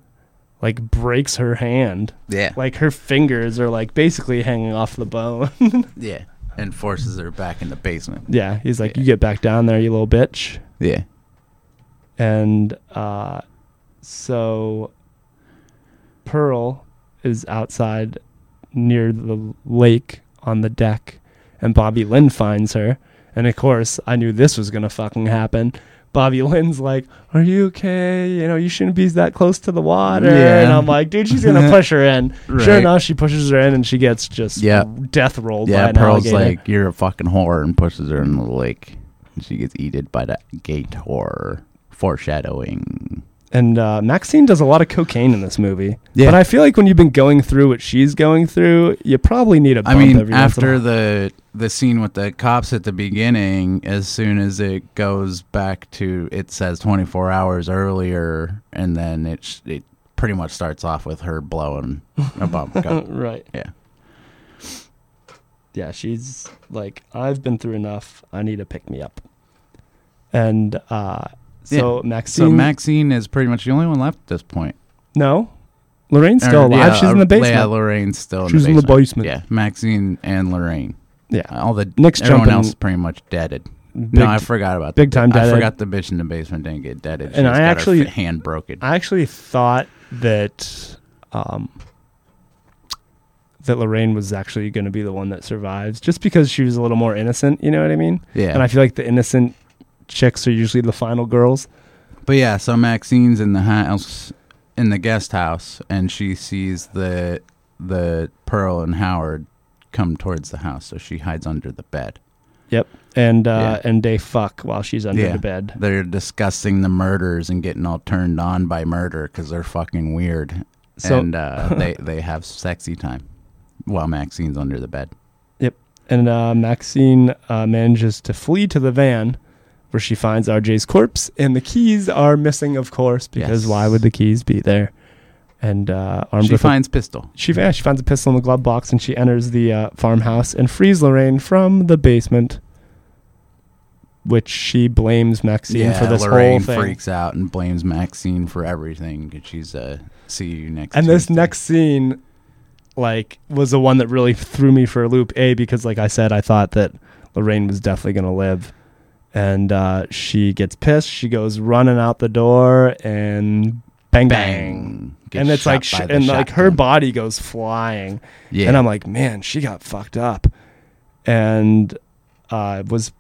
Speaker 1: like, breaks her hand.
Speaker 2: Yeah.
Speaker 1: Like, her fingers are, like, basically hanging off the bone.
Speaker 2: Yeah. And forces her back in the basement.
Speaker 1: yeah. He's like,
Speaker 2: Yeah.
Speaker 1: You get back down there, you little bitch.
Speaker 2: Yeah.
Speaker 1: And uh, so Pearl is outside near the lake on the deck, and Bobby Lynn finds her. And of course, I knew this was going to fucking happen. Bobby Lynn's like, Are you okay? You know, you shouldn't be that close to the water.
Speaker 2: Yeah.
Speaker 1: And I'm like, Dude, she's going to push her in. Sure
Speaker 2: Right.
Speaker 1: enough, she pushes her in and she gets just
Speaker 2: Yeah.
Speaker 1: death rolled by
Speaker 2: Yeah.
Speaker 1: an
Speaker 2: Pearl's
Speaker 1: alligator.
Speaker 2: like, "You're a fucking whore," and pushes her in the lake. And she gets eaten by that gate horror. Foreshadowing.
Speaker 1: And uh, Maxine does a lot of cocaine in this movie.
Speaker 2: Yeah.
Speaker 1: But I feel like when you've been going through what she's going through, you probably need a
Speaker 2: I
Speaker 1: bump
Speaker 2: mean,
Speaker 1: every once in a
Speaker 2: after
Speaker 1: while.
Speaker 2: the the scene with the cops at the beginning, as soon as it goes back to it says 24 hours earlier, and then it sh- it pretty much starts off with her blowing a bump. Go.
Speaker 1: right.
Speaker 2: Yeah.
Speaker 1: yeah, she's like, I've been through enough. I need to pick me up. And uh, so Maxine,
Speaker 2: So Maxine is pretty much the only one left at this point.
Speaker 1: no, Lorraine's still
Speaker 2: Or,
Speaker 1: alive.
Speaker 2: yeah,
Speaker 1: she's in
Speaker 2: or-
Speaker 1: the
Speaker 2: Yeah,
Speaker 1: basement.
Speaker 2: Lorraine's still
Speaker 1: She's
Speaker 2: in,
Speaker 1: in
Speaker 2: the
Speaker 1: the
Speaker 2: basement.
Speaker 1: basement.
Speaker 2: Yeah, Maxine and Lorraine.
Speaker 1: Yeah,
Speaker 2: All the
Speaker 1: Nick's
Speaker 2: everyone
Speaker 1: jumping-
Speaker 2: else pretty much deaded.
Speaker 1: big,
Speaker 2: no, I forgot about
Speaker 1: big
Speaker 2: the,
Speaker 1: time
Speaker 2: I
Speaker 1: deaded.
Speaker 2: forgot the bitch in the basement didn't get deaded. She
Speaker 1: And I
Speaker 2: just got her
Speaker 1: actually-
Speaker 2: f- hand broken.
Speaker 1: I actually thought that um, that Lorraine was actually going to be the one that survives, just because she was a little more innocent. You know what I mean?
Speaker 2: yeah,
Speaker 1: And I feel like the innocent chicks are usually the final girls.
Speaker 2: But yeah, so Maxine's in the house, in the guest house, and she sees the the Pearl and Howard come towards the house, so she hides under the bed.
Speaker 1: And uh,
Speaker 2: Yeah.
Speaker 1: and they fuck while she's under
Speaker 2: Yeah.
Speaker 1: the bed.
Speaker 2: They're discussing the murders and getting all turned on by murder because they're fucking weird,
Speaker 1: So
Speaker 2: and uh, they they have sexy time while Maxine's under the bed.
Speaker 1: and uh, Maxine uh, manages to flee to the van where she finds RJ's corpse, and the keys are missing, of course, because
Speaker 2: Yes.
Speaker 1: why would the keys be there? And uh, armed
Speaker 2: she
Speaker 1: with a-
Speaker 2: finds pistol.
Speaker 1: she, yeah, she finds a pistol in the glove box, and she enters the uh, farmhouse and frees Lorraine from the basement, which she blames Maxine for this
Speaker 2: Lorraine
Speaker 1: whole thing.
Speaker 2: freaks out and blames Maxine for everything. 'cause She's uh, see you next.
Speaker 1: And this
Speaker 2: Tuesday."
Speaker 1: next scene, like, was the one that really threw me for a loop. A because, like I said, I thought that Lorraine was definitely gonna live, and uh, she gets pissed. She goes running out the door and bang bang,
Speaker 2: bang,
Speaker 1: and it's like, sh-
Speaker 2: shot by the
Speaker 1: and like her
Speaker 2: shotgun.
Speaker 1: body goes flying,
Speaker 2: Yeah.
Speaker 1: and I'm like, man, she got fucked up, and uh, was.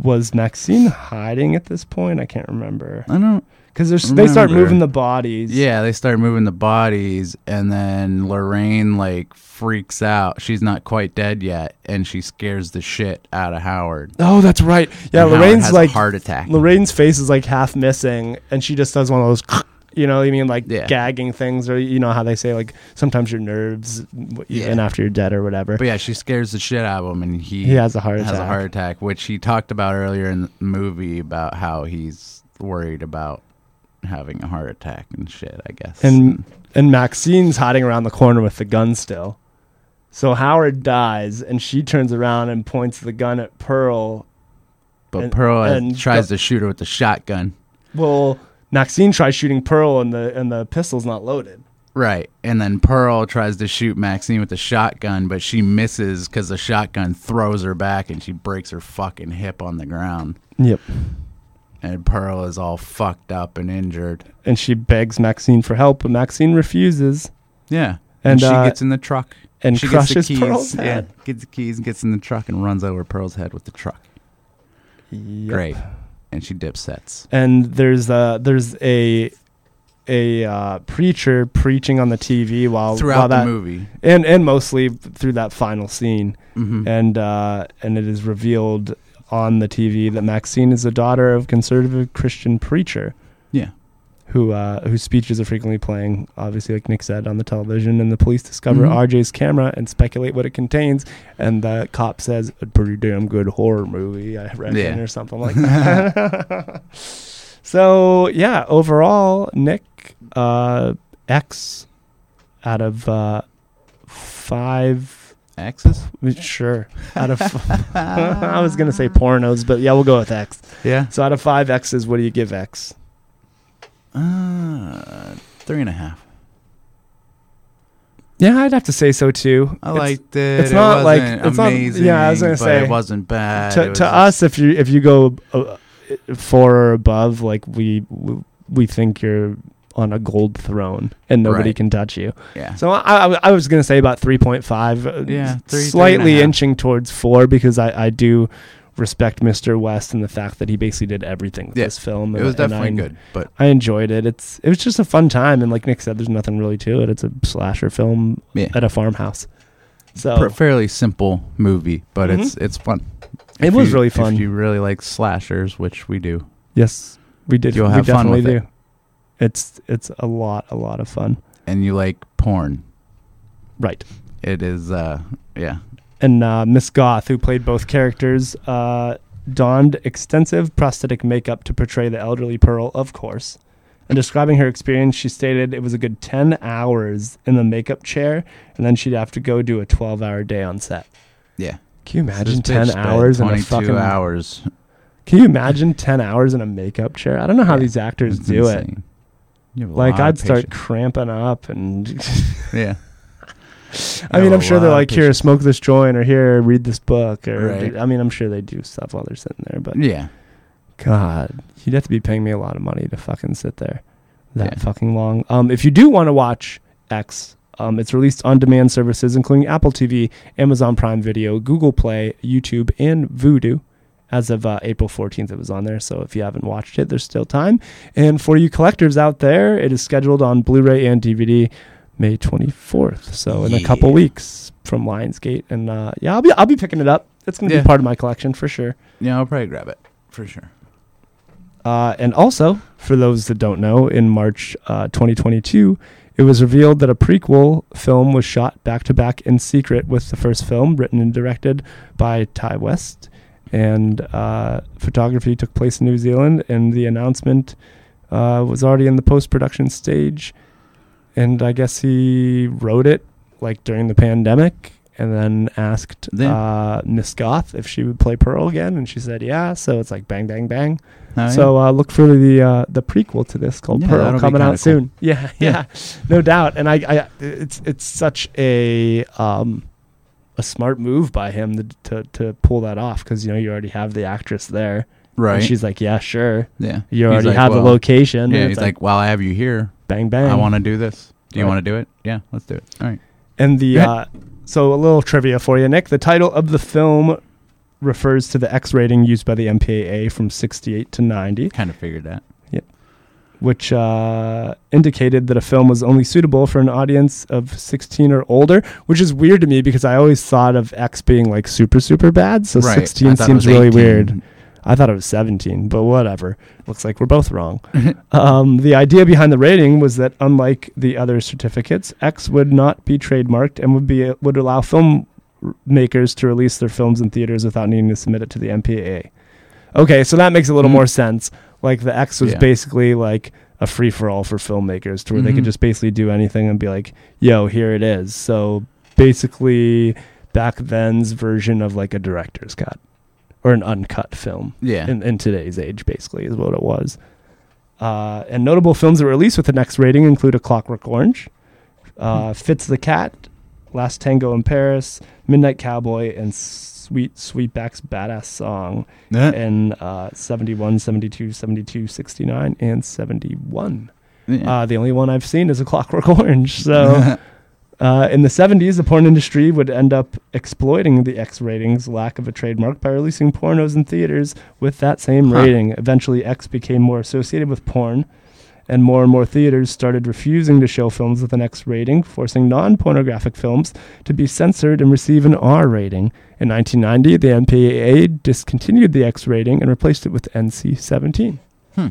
Speaker 1: Was Maxine hiding at this point? I can't remember
Speaker 2: I don't.
Speaker 1: because they start
Speaker 2: Remember.
Speaker 1: moving the bodies.
Speaker 2: Yeah, they start moving the bodies, and then Lorraine like freaks out. She's not quite dead yet, and she scares the shit out of Howard.
Speaker 1: Oh, that's right. Yeah,
Speaker 2: And Howard
Speaker 1: Lorraine's
Speaker 2: has a
Speaker 1: like
Speaker 2: heart attack.
Speaker 1: Lorraine's face is like half missing, and she just does one of those, you know, what I mean, like
Speaker 2: Yeah.
Speaker 1: gagging things, or you know how they say like sometimes your nerves, w-
Speaker 2: Yeah.
Speaker 1: even after you're dead or whatever.
Speaker 2: but yeah, she scares the shit out of him, and he
Speaker 1: he has a heart
Speaker 2: has
Speaker 1: attack.
Speaker 2: a heart attack, which he talked about earlier in the movie about how he's worried about having a heart attack and shit. I guess.
Speaker 1: and and Maxine's hiding around the corner with the gun still. So Howard dies, and she turns around and points the gun at Pearl.
Speaker 2: but
Speaker 1: and-
Speaker 2: Pearl
Speaker 1: and
Speaker 2: tries to shoot her with the shotgun.
Speaker 1: Well, Maxine tries shooting Pearl, and the and the pistol's not loaded.
Speaker 2: Right. And then Pearl tries to shoot Maxine with a shotgun, but she misses because the shotgun throws her back and she breaks her fucking hip on the ground.
Speaker 1: Yep.
Speaker 2: And Pearl is all fucked up and injured.
Speaker 1: And she begs Maxine for help, but Maxine refuses.
Speaker 2: Yeah.
Speaker 1: And,
Speaker 2: she
Speaker 1: uh,
Speaker 2: gets in the truck.
Speaker 1: and
Speaker 2: she
Speaker 1: crushes Pearl's head.
Speaker 2: Yeah, gets the keys and gets in the truck and runs over Pearl's head with the truck.
Speaker 1: Yep.
Speaker 2: Great. And she dipsets.
Speaker 1: and there's a there's a a uh, preacher preaching on the TV while while
Speaker 2: Throughout
Speaker 1: that,
Speaker 2: the movie.
Speaker 1: and and mostly through that final scene,
Speaker 2: hmm
Speaker 1: and uh, and it is revealed on the TV that Maxine is the daughter of conservative Christian preacher
Speaker 2: yeah.
Speaker 1: who uh, whose speeches are frequently playing, obviously like Nick said on the television, and the police discover
Speaker 2: Mhm.
Speaker 1: RJ's camera and speculate what it contains, and the cop says a pretty damn good horror movie, I reckon,
Speaker 2: Yeah.
Speaker 1: or something like that. so yeah, overall, Nick uh, X out of uh, five.
Speaker 2: Axis?
Speaker 1: Mm, Sure. Out of, I was gonna say pornos, but yeah, we'll go with X.
Speaker 2: Yeah.
Speaker 1: So out of five X's, what do you give X?
Speaker 2: Uh, three and a half.
Speaker 1: Yeah, I'd have to say so too.
Speaker 2: I
Speaker 1: It's-
Speaker 2: liked it.
Speaker 1: it's
Speaker 2: it
Speaker 1: not like-
Speaker 2: wasn't
Speaker 1: it's not-
Speaker 2: amazing.
Speaker 1: yeah, I was gonna
Speaker 2: but
Speaker 1: say,
Speaker 2: it wasn't bad. It
Speaker 1: to,
Speaker 2: was
Speaker 1: to
Speaker 2: just-
Speaker 1: us if you if you go uh, four or above like we we- we think you're on a gold throne and nobody
Speaker 2: Right.
Speaker 1: can touch you
Speaker 2: yeah,
Speaker 1: so i i, I was gonna say about 3.5 uh,
Speaker 2: Yeah, three- three
Speaker 1: slightly
Speaker 2: and a half.
Speaker 1: inching towards four because i i do respect mr west and the fact that he basically did everything with
Speaker 2: Yeah,
Speaker 1: this film
Speaker 2: it
Speaker 1: and-
Speaker 2: was
Speaker 1: and
Speaker 2: definitely
Speaker 1: I-
Speaker 2: good. But
Speaker 1: i enjoyed it it's it was just a fun time and like nick said there's nothing really to it it's a slasher film
Speaker 2: yeah,
Speaker 1: at a farmhouse so Mm-hmm.
Speaker 2: per- fairly simple movie, but it's it's fun.
Speaker 1: It
Speaker 2: If
Speaker 1: was
Speaker 2: you-
Speaker 1: really fun.
Speaker 2: If you really like slashers, which we do,
Speaker 1: Yes, we did.
Speaker 2: You'll
Speaker 1: we
Speaker 2: have fun
Speaker 1: definitely
Speaker 2: with
Speaker 1: do.
Speaker 2: it.
Speaker 1: It's it's a lot a lot of fun.
Speaker 2: and you like porn.
Speaker 1: Right.
Speaker 2: It is, uh, yeah.
Speaker 1: And uh, Miss Goth, who played both characters, uh, donned extensive prosthetic makeup to portray the elderly Pearl, of course. And describing her experience, she stated it was a good 10 hours in the makeup chair, and then she'd have to go do a 12 hour day on set.
Speaker 2: Yeah.
Speaker 1: Can you imagine
Speaker 2: This bitch
Speaker 1: 10
Speaker 2: spent
Speaker 1: hours in a
Speaker 2: 22
Speaker 1: fucking.
Speaker 2: hours.
Speaker 1: Can you imagine 10 hours in a makeup chair? I don't know how
Speaker 2: Yeah,
Speaker 1: these actors
Speaker 2: It's
Speaker 1: do it.
Speaker 2: insane. You have a
Speaker 1: Like,
Speaker 2: lot of
Speaker 1: I'd start
Speaker 2: patience.
Speaker 1: cramping up and.
Speaker 2: Yeah.
Speaker 1: I
Speaker 2: You
Speaker 1: mean, I'm
Speaker 2: have a
Speaker 1: sure they're
Speaker 2: lot of
Speaker 1: like, here,
Speaker 2: patience.
Speaker 1: smoke this joint, or here, read this book, or
Speaker 2: Right.
Speaker 1: I mean, I'm sure they do stuff while they're sitting there. But
Speaker 2: Yeah.
Speaker 1: God, you'd have to be paying me a lot of money to fucking sit there that
Speaker 2: Yeah.
Speaker 1: fucking long. Um, if you do want to watch X, um, it's released on demand services including Apple TV, Amazon Prime Video, Google Play, YouTube, and Vudu. As of uh, April 14th, it was on there. So if you haven't watched it, there's still time. And for you collectors out there, it is scheduled on Blu ray and DVD May 24th. So in a couple
Speaker 2: Yeah.
Speaker 1: weeks from Lionsgate. And uh, yeah, I'll be, I'll be picking it up. It's going to
Speaker 2: Yeah.
Speaker 1: be part of my collection for sure.
Speaker 2: Yeah, I'll probably grab it for sure.
Speaker 1: Uh, and also, for those that don't know, in March uh, 2022, it was revealed that a prequel film was shot back to back in secret with the first film, written and directed by Ty West. And uh, photography took place in New Zealand, and the announcement uh, was already in the post production stage. And I guess he wrote it like during the pandemic and then asked
Speaker 2: Then-
Speaker 1: uh, Miss Goth if she would play Pearl again. And she said, yeah. So it's like bang, bang, bang.
Speaker 2: Oh, yeah.
Speaker 1: So uh, look for the uh, the prequel to this called
Speaker 2: Yeah, that'll
Speaker 1: Pearl
Speaker 2: be
Speaker 1: coming
Speaker 2: kinda
Speaker 1: out
Speaker 2: cool.
Speaker 1: soon. Yeah, yeah,
Speaker 2: Yeah.
Speaker 1: no doubt. And I, I, it's it's such a um, a smart move by him to to, to pull that off because you know you already have the actress there. And
Speaker 2: right.
Speaker 1: she's like, yeah, sure.
Speaker 2: yeah.
Speaker 1: You
Speaker 2: He's
Speaker 1: already
Speaker 2: like,
Speaker 1: have
Speaker 2: well-
Speaker 1: the location. and
Speaker 2: Yeah,
Speaker 1: it's
Speaker 2: he's like, while I have you here,
Speaker 1: bang bang.
Speaker 2: I want to do this. Do you
Speaker 1: Right.
Speaker 2: want to do it? Yeah, let's do it. All right.
Speaker 1: And the
Speaker 2: Yeah.
Speaker 1: uh, so a little trivia for you, Nick. The title of the film refers to the X rating used by the MPAA from 68 to 90.
Speaker 2: Kind of figured that.
Speaker 1: which uh, indicated that a film was only suitable for an audience of 16 or older, which is weird to me because I always thought of X being like super, super bad. So
Speaker 2: right. I
Speaker 1: 16
Speaker 2: thought it was
Speaker 1: seems really
Speaker 2: 18.
Speaker 1: weird. I thought it was 17, but whatever. Looks like we're both wrong. um, the idea behind the rating was that, unlike the other certificates, X would not be trademarked and would be would allow film r- makers to release their films in theaters without needing to submit it to the MPAA. Okay, so that makes a little
Speaker 2: Mhm.
Speaker 1: more sense. Like the X was
Speaker 2: Yeah.
Speaker 1: basically like a free for all for filmmakers, to where they could
Speaker 2: Mhm.
Speaker 1: just basically do anything and be like, "Yo, here it is." So basically, back then's version of like a director's cut or an uncut film
Speaker 2: Yeah.
Speaker 1: in, in today's age, basically, is what it was. Uh, and notable films that were released with the next rating include A Clockwork Orange, uh, Fitz the Cat, Last Tango in Paris, Midnight Cowboy, and Sweet Sweetback's Badass Song
Speaker 2: Yeah.
Speaker 1: in uh, 71, 72, 72, 69, and 71. Uh, the only one I've seen is A Clockwork Orange. So. Uh, in the 70s, the porn industry would end up exploiting the X ratings lack of a trademark by releasing pornos in theaters with that same
Speaker 2: Huh.
Speaker 1: rating. Eventually, X became more associated with porn, and more and more theaters started refusing to show films with an X rating, forcing non pornographic films to be censored and receive an R rating. In 1990, the MPAA discontinued the X rating and replaced it with NC 17.
Speaker 2: Hmm.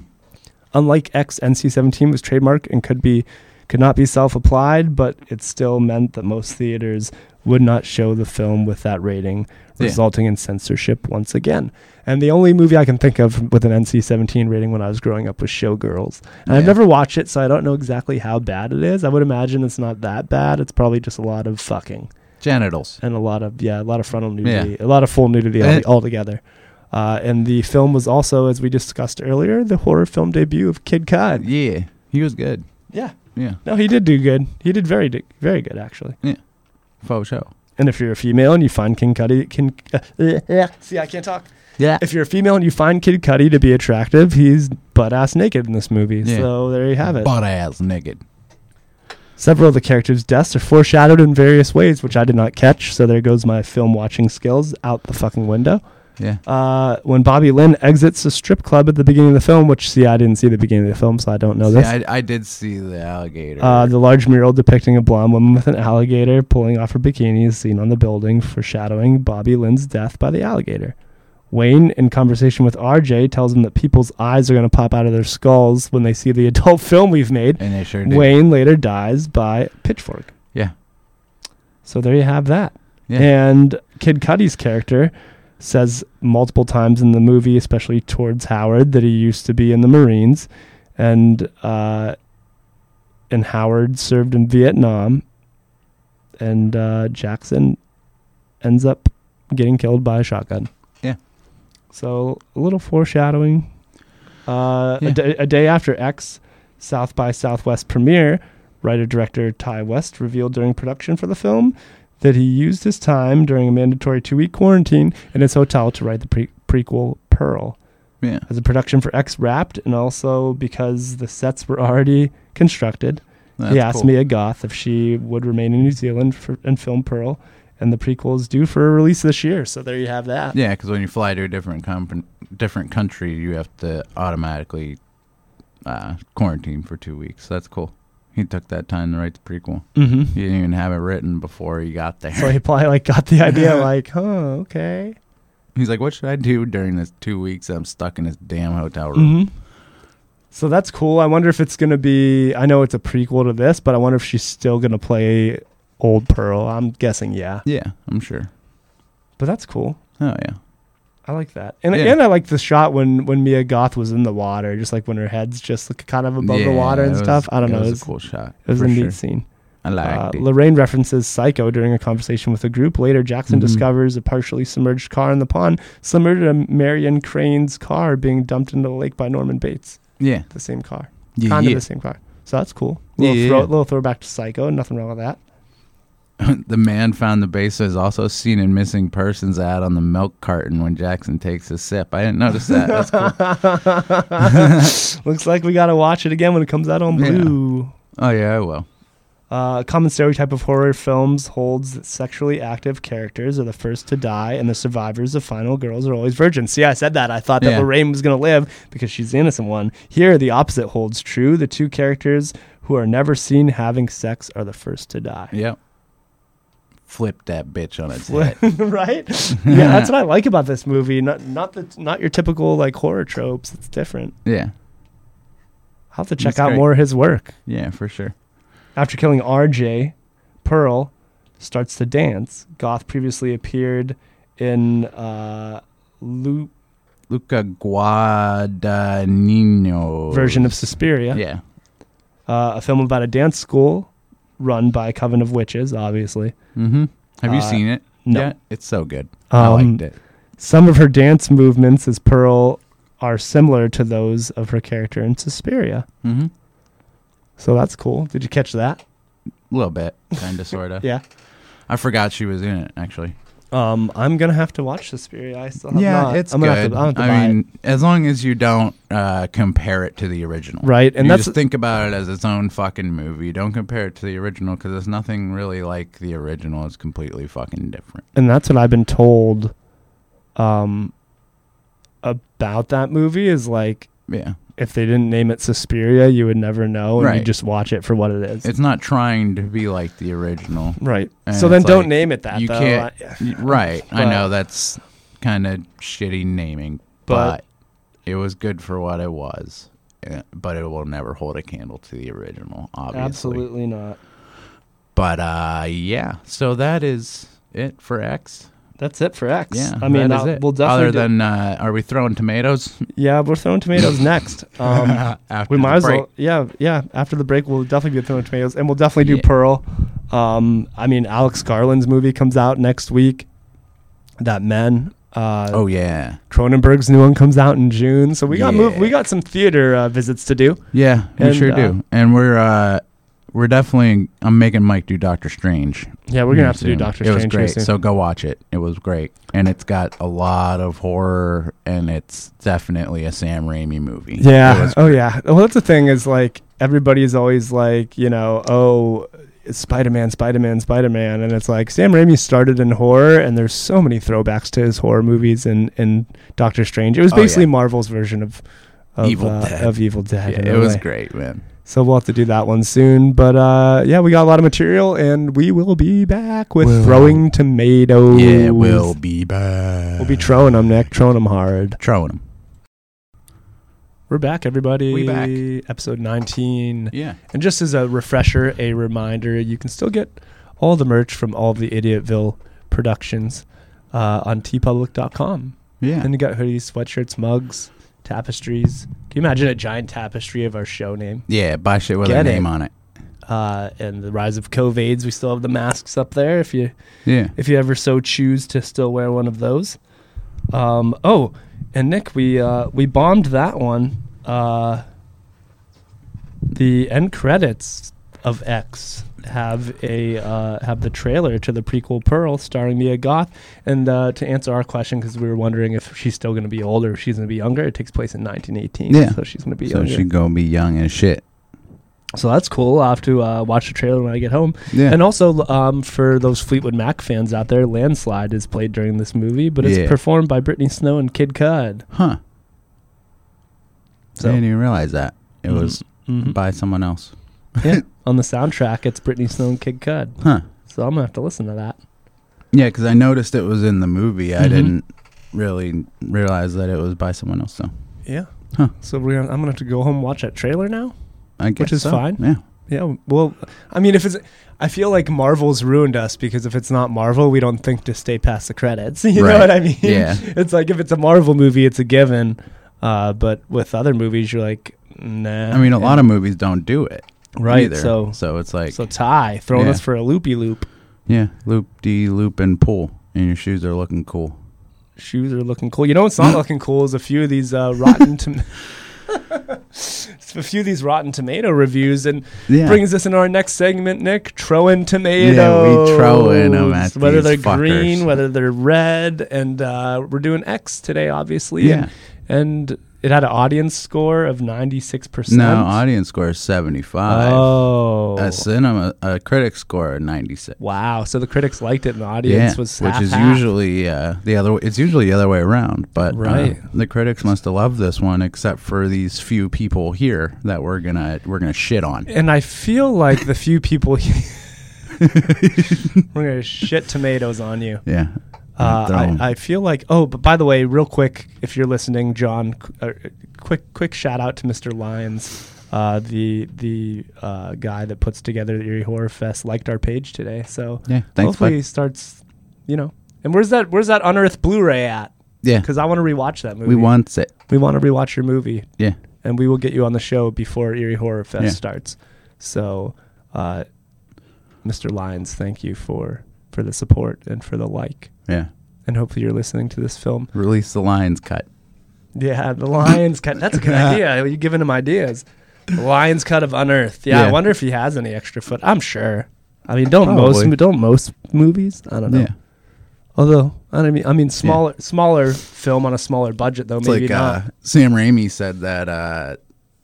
Speaker 1: Unlike X, NC 17 was trademark and could be could not be self-applied, but it still meant that most theaters would not show the film with that rating,
Speaker 2: Yeah.
Speaker 1: resulting in censorship once again. And the only movie I can think of with an NC-17 rating when I was growing up was Showgirls. And I've
Speaker 2: Yeah.
Speaker 1: never watched it, so I don't know exactly how bad it is. I would imagine it's not that bad. It's probably just a lot of fucking
Speaker 2: Genitals.
Speaker 1: and a lot of yeah, a lot of frontal nudity,
Speaker 2: Yeah.
Speaker 1: a lot of full nudity all,
Speaker 2: Eh.
Speaker 1: altogether. Uh, and the film was also, as we discussed earlier, the horror film debut of Kid Cudi.
Speaker 2: Yeah. He was good.
Speaker 1: Yeah,
Speaker 2: Yeah.
Speaker 1: no, he did do good. He did very, do- very good actually.
Speaker 2: Faux show.
Speaker 1: And if you're a female and you find Kid Cudi, Kin, uh, see, I can't talk.
Speaker 2: Yeah.
Speaker 1: If you're a female and you find Kid Cudi to be attractive, he's butt ass naked in this movie.
Speaker 2: Yeah.
Speaker 1: So there you have it.
Speaker 2: Butt ass naked.
Speaker 1: Several of the characters' deaths are foreshadowed in various ways, which I did not catch. So there goes my film watching skills out the fucking window.
Speaker 2: Yeah.
Speaker 1: Uh, when Bobby Lynn exits the strip club at the beginning of the film, which see, I didn't see the beginning of the film, so I don't know
Speaker 2: See,
Speaker 1: this.
Speaker 2: I, I did see the alligator.
Speaker 1: Uh, the large mural depicting a blonde woman with an alligator pulling off her bikini is seen on the building, foreshadowing Bobby Lynn's death by the alligator. Wayne, in conversation with RJ, tells him that people's eyes are going to pop out of their skulls when they see the adult film we've made.
Speaker 2: And they sure do.
Speaker 1: Wayne later dies by a pitchfork.
Speaker 2: Yeah.
Speaker 1: So there you have that.
Speaker 2: Yeah.
Speaker 1: And Kid Cudi's character says multiple times in the movie, especially towards Howard, that he used to be in the Marines, and uh, and Howard served in Vietnam, and uh, Jackson ends up getting killed by a shotgun.
Speaker 2: Yeah.
Speaker 1: So a little foreshadowing. Uh,
Speaker 2: Yeah.
Speaker 1: a, day, a day after X, South by Southwest premiere, writer director Ty West revealed during production for the film that he used his time during a mandatory two week quarantine in his hotel to write the pre- prequel Pearl
Speaker 2: Yeah.
Speaker 1: as a production for X Wrapped, and also because the sets were already constructed.
Speaker 2: That's
Speaker 1: he asked
Speaker 2: cool.
Speaker 1: Mia Goth if she would remain in New Zealand for, and film Pearl, and the prequel is due for release this year. So there you have that.
Speaker 2: Yeah, because when you fly to a different com- different country, you have to automatically uh, quarantine for two weeks. That's cool. He took that time to write the prequel.
Speaker 1: Mm-hmm.
Speaker 2: He didn't even have it written before he got there.
Speaker 1: So he probably like got the idea, like, huh, okay.
Speaker 2: He's like, "What should I do during this two weeks? that I'm stuck in this damn hotel room."
Speaker 1: Mm-hmm. So that's cool. I wonder if it's gonna be. I know it's a prequel to this, but I wonder if she's still gonna play old Pearl. I'm guessing, yeah.
Speaker 2: Yeah, I'm sure.
Speaker 1: But that's cool.
Speaker 2: Oh yeah,
Speaker 1: I like that, and
Speaker 2: Yeah.
Speaker 1: and I like the shot when when Mia Goth was in the water, just like when her head's just like kind of above the
Speaker 2: Yeah,
Speaker 1: water and
Speaker 2: it was-
Speaker 1: stuff. I don't know.
Speaker 2: It
Speaker 1: It
Speaker 2: was
Speaker 1: was,
Speaker 2: a cool shot.
Speaker 1: it was
Speaker 2: for
Speaker 1: a neat
Speaker 2: sure.
Speaker 1: scene.
Speaker 2: I
Speaker 1: Uh,
Speaker 2: liked it.
Speaker 1: Lorraine references Psycho during a conversation with a group. Later, Jackson
Speaker 2: Mhm.
Speaker 1: discovers a partially submerged car in the pond, similar to Marion Crane's car being dumped into the lake by Norman Bates.
Speaker 2: yeah,
Speaker 1: The same car,
Speaker 2: yeah,
Speaker 1: kind
Speaker 2: yeah.
Speaker 1: of the same car. So that's cool. Little,
Speaker 2: Yeah, yeah,
Speaker 1: throw,
Speaker 2: yeah.
Speaker 1: little throwback to Psycho. Nothing wrong with that.
Speaker 2: the man found the base is also seen in missing persons ad on the milk carton when Jackson takes a sip. I didn't notice that. That's cool.
Speaker 1: Looks like we gotta watch it again when it comes out on
Speaker 2: Yeah.
Speaker 1: blue.
Speaker 2: Oh yeah, I will.
Speaker 1: Uh, a common stereotype of horror films holds that sexually active characters are the first to die, and the survivors of final girls are always virgins. See, I said that. I thought that
Speaker 2: Yeah.
Speaker 1: Lorraine was going to live because she's the innocent one. Here, the opposite holds true. The two characters who are never seen having sex are the first to die.
Speaker 2: Yep. Flip that bitch on its head.
Speaker 1: right? yeah, that's what I like about this movie. Not not the not your typical like horror tropes. It's different.
Speaker 2: Yeah.
Speaker 1: I'll have to check
Speaker 2: That's
Speaker 1: out
Speaker 2: great.
Speaker 1: more of his work.
Speaker 2: Yeah, for sure.
Speaker 1: After killing RJ, Pearl starts to dance. Goth previously appeared in uh, Loop
Speaker 2: Luca Guadagnino.
Speaker 1: version of Suspiria,
Speaker 2: Yeah.
Speaker 1: uh, a film about a dance school run by a coven of witches, obviously.
Speaker 2: Mm-hmm. Have you
Speaker 1: Uh,
Speaker 2: seen it?
Speaker 1: no.
Speaker 2: yet? It's so good. I
Speaker 1: Um,
Speaker 2: liked it.
Speaker 1: Some of her dance movements as Pearl are similar to those of her character in Suspiria.
Speaker 2: Mm-hmm.
Speaker 1: So that's cool. Did you catch that?
Speaker 2: A little bit. Kinda sorta.
Speaker 1: Yeah.
Speaker 2: I forgot she was in it actually.
Speaker 1: Um, I'm gonna have to watch Suspiria. I still have
Speaker 2: yeah,
Speaker 1: not.
Speaker 2: it's
Speaker 1: I'm
Speaker 2: good.
Speaker 1: gonna Have to, I'm gonna have to buy
Speaker 2: I
Speaker 1: it.
Speaker 2: mean, as long as you don't uh, compare it to the original,
Speaker 1: Right, and
Speaker 2: you
Speaker 1: that's-
Speaker 2: just think about it as its own fucking movie. Don't compare it to the original because there's nothing really like the original. It's completely fucking different.
Speaker 1: and that's what I've been told um about that movie is like
Speaker 2: Yeah,
Speaker 1: if they didn't name it Suspiria, you would never know and you
Speaker 2: Right.
Speaker 1: just watch it for what it is.
Speaker 2: it's not trying to be like the original.
Speaker 1: right.
Speaker 2: And
Speaker 1: so then
Speaker 2: it's
Speaker 1: don't
Speaker 2: like,
Speaker 1: name it that
Speaker 2: you
Speaker 1: though.
Speaker 2: can't-
Speaker 1: I-
Speaker 2: Y- Right, I
Speaker 1: But-
Speaker 2: know that's kind of shitty naming,
Speaker 1: But-
Speaker 2: but, it was good for what it was. Eh, But it will never hold a candle to the original, obviously.
Speaker 1: absolutely not.
Speaker 2: But uh, yeah, so that is it for X.
Speaker 1: That's it for X.
Speaker 2: Yeah,
Speaker 1: I mean,
Speaker 2: that is
Speaker 1: uh,
Speaker 2: it.
Speaker 1: we'll definitely
Speaker 2: Other
Speaker 1: do-
Speaker 2: than, uh, are we throwing tomatoes?
Speaker 1: yeah, we're throwing tomatoes next. Um,
Speaker 2: After
Speaker 1: we
Speaker 2: the
Speaker 1: might as
Speaker 2: break?
Speaker 1: well. Yeah, yeah. After the break, we'll definitely be throwing tomatoes, and we'll definitely do
Speaker 2: Yeah.
Speaker 1: Pearl. Um, I mean, Alex Garland's movie comes out next week. That Men. Uh,
Speaker 2: Oh yeah,
Speaker 1: Cronenberg's new one comes out in June, so we got move,
Speaker 2: Yeah.
Speaker 1: we got some theater uh, visits to do.
Speaker 2: yeah, we
Speaker 1: And,
Speaker 2: sure
Speaker 1: uh,
Speaker 2: do. And we're uh, we're definitely. I'm making Mike do Doctor Strange.
Speaker 1: Yeah, we're gonna
Speaker 2: here
Speaker 1: have to do
Speaker 2: soon.
Speaker 1: Doctor
Speaker 2: It was
Speaker 1: Strange. here
Speaker 2: great.
Speaker 1: soon.
Speaker 2: So go watch it. It was great, and it's got a lot of horror, and it's definitely a Sam Raimi movie. It
Speaker 1: yeah,
Speaker 2: was-
Speaker 1: oh yeah. Well, that's the thing is like everybody is always like you know oh Spider Man, Spider Man, Spider Man, and it's like Sam Raimi started in horror, and there's so many throwbacks to his horror movies and and Doctor Strange. It was
Speaker 2: Oh, yeah.
Speaker 1: basically Marvel's version of. Of
Speaker 2: Evil
Speaker 1: uh,
Speaker 2: Dead.
Speaker 1: of Evil Dead.
Speaker 2: yeah,
Speaker 1: in
Speaker 2: it
Speaker 1: a
Speaker 2: was
Speaker 1: way.
Speaker 2: great, man.
Speaker 1: So we'll have to do that one soon. But uh, yeah, we got a lot of material, and we will be back with
Speaker 2: Will.
Speaker 1: throwing tomatoes.
Speaker 2: Yeah, we'll be back.
Speaker 1: We'll be throwing them, Nick. Throwing them hard.
Speaker 2: throwing them.
Speaker 1: We're back, everybody.
Speaker 2: We back.
Speaker 1: Episode 19.
Speaker 2: Yeah.
Speaker 1: And just as a refresher, a reminder, you can still get all the merch from all the Idiotville productions uh, on tpublic.com.
Speaker 2: Yeah.
Speaker 1: Then you got hoodies, sweatshirts, mugs, tapestries. Can you imagine a giant tapestry of our show name?
Speaker 2: yeah, buy shit with
Speaker 1: Get
Speaker 2: our
Speaker 1: it.
Speaker 2: name on it.
Speaker 1: Uh, and the rise of COVIDs. We still have the masks up there if you
Speaker 2: Yeah.
Speaker 1: if you ever so choose to still wear one of those. Um, oh, and Nick, we uh, we bombed that one. Uh, the end credits of X have a uh, have the trailer to the prequel Pearl starring Mia Goth. And uh, to answer our question, because we were wondering if she's still going to be older, if she's going to be younger. It takes place in 1918,
Speaker 2: Yeah.
Speaker 1: so she's going to be
Speaker 2: So
Speaker 1: younger.
Speaker 2: she gonna be young as shit.
Speaker 1: so that's cool. I'll have to uh, watch the trailer when I get home.
Speaker 2: Yeah.
Speaker 1: And also, um, for those Fleetwood Mac fans out there, Landslide is played during this movie, but
Speaker 2: Yeah.
Speaker 1: it's performed by Brittany Snow and Kid Cud.
Speaker 2: huh.
Speaker 1: So-
Speaker 2: I didn't even realize that it was
Speaker 1: Mhm.
Speaker 2: by someone else.
Speaker 1: yeah. On the soundtrack, it's Brittany Snow and Kid Cud.
Speaker 2: Huh.
Speaker 1: So I'm going to have to listen to that.
Speaker 2: Yeah, because I noticed it was in the movie. I
Speaker 1: Mhm.
Speaker 2: didn't really realize that it was by someone else. So
Speaker 1: Yeah.
Speaker 2: Huh.
Speaker 1: So we're gonna, I'm going to have to go home and watch that trailer now.
Speaker 2: I guess
Speaker 1: is
Speaker 2: so.
Speaker 1: fine.
Speaker 2: Yeah.
Speaker 1: Yeah. Well, I mean, if it's. I feel like Marvel's ruined us because if it's not Marvel, we don't think to stay past the credits. You
Speaker 2: Right.
Speaker 1: know what I mean?
Speaker 2: Yeah.
Speaker 1: It's like if it's a Marvel movie, it's a given. Uh, but with other movies, you're like, nah.
Speaker 2: I mean, a lot of movies don't do it
Speaker 1: Right.
Speaker 2: either.
Speaker 1: So
Speaker 2: so it's like
Speaker 1: so Ty throwing
Speaker 2: Yeah.
Speaker 1: us for a loopy loop.
Speaker 2: yeah, loop de loop and pull, and your shoes are looking cool.
Speaker 1: Shoes are looking cool. You know what's
Speaker 2: Hmm.
Speaker 1: not looking cool is a few of these uh, rotten tom- a few of these rotten tomato reviews, and
Speaker 2: Yeah.
Speaker 1: brings us into our next segment, Nick. Trowin tomatoes.
Speaker 2: trowing 'em at
Speaker 1: whether
Speaker 2: these
Speaker 1: they're green,
Speaker 2: fuckers.
Speaker 1: whether they're red, and uh, we're doing X today, obviously.
Speaker 2: yeah.
Speaker 1: and, and it had an audience score of ninety six percent.
Speaker 2: No, audience score is seventy five.
Speaker 1: oh.
Speaker 2: A cinema, a critic score of ninety six.
Speaker 1: Wow! So the critics liked it, and the audience was
Speaker 2: which
Speaker 1: half,
Speaker 2: is
Speaker 1: half.
Speaker 2: usually uh, the other. It's usually the other way around, but uh,
Speaker 1: Right.
Speaker 2: the critics must have loved this one, except for these few people here that we're gonna we're gonna shit on.
Speaker 1: And I feel like the few people we're gonna shit tomatoes on you.
Speaker 2: Yeah,
Speaker 1: Uh,
Speaker 2: Throw 'em.
Speaker 1: I, I feel like oh, but by the way, real quick, if you're listening, John, qu- uh, quick quick shout out to Mr. Lyons, uh, the the uh, guy that puts together the Erie Horror Fest, liked our page today, so
Speaker 2: yeah. Thanks,
Speaker 1: hopefully
Speaker 2: bud.
Speaker 1: he starts, you know. And where's that where's that unearthed Blu-ray at?
Speaker 2: Yeah,
Speaker 1: Because I want to rewatch that movie.
Speaker 2: we wants it.
Speaker 1: we want to rewatch your movie
Speaker 2: Yeah,
Speaker 1: and we will get you on the show before Erie Horror Fest
Speaker 2: Yeah.
Speaker 1: starts. So, uh, Mr. Lyons, thank you for for the support and for the like,
Speaker 2: yeah.
Speaker 1: and hopefully you're listening to this film.
Speaker 2: Release the lion's cut.
Speaker 1: Yeah, the Lions cut. That's a good idea. You're giving him ideas. The Lions cut of Unearthed. Yeah, I
Speaker 2: Yeah.
Speaker 1: wonder if he has any extra foot. I'm sure. I mean, don't
Speaker 2: Probably.
Speaker 1: most don't most movies? I don't know.
Speaker 2: Yeah,
Speaker 1: Although I don't mean, I mean smaller smaller film on a smaller budget though.
Speaker 2: it's
Speaker 1: maybe
Speaker 2: like
Speaker 1: not.
Speaker 2: uh, Sam Raimi said that uh,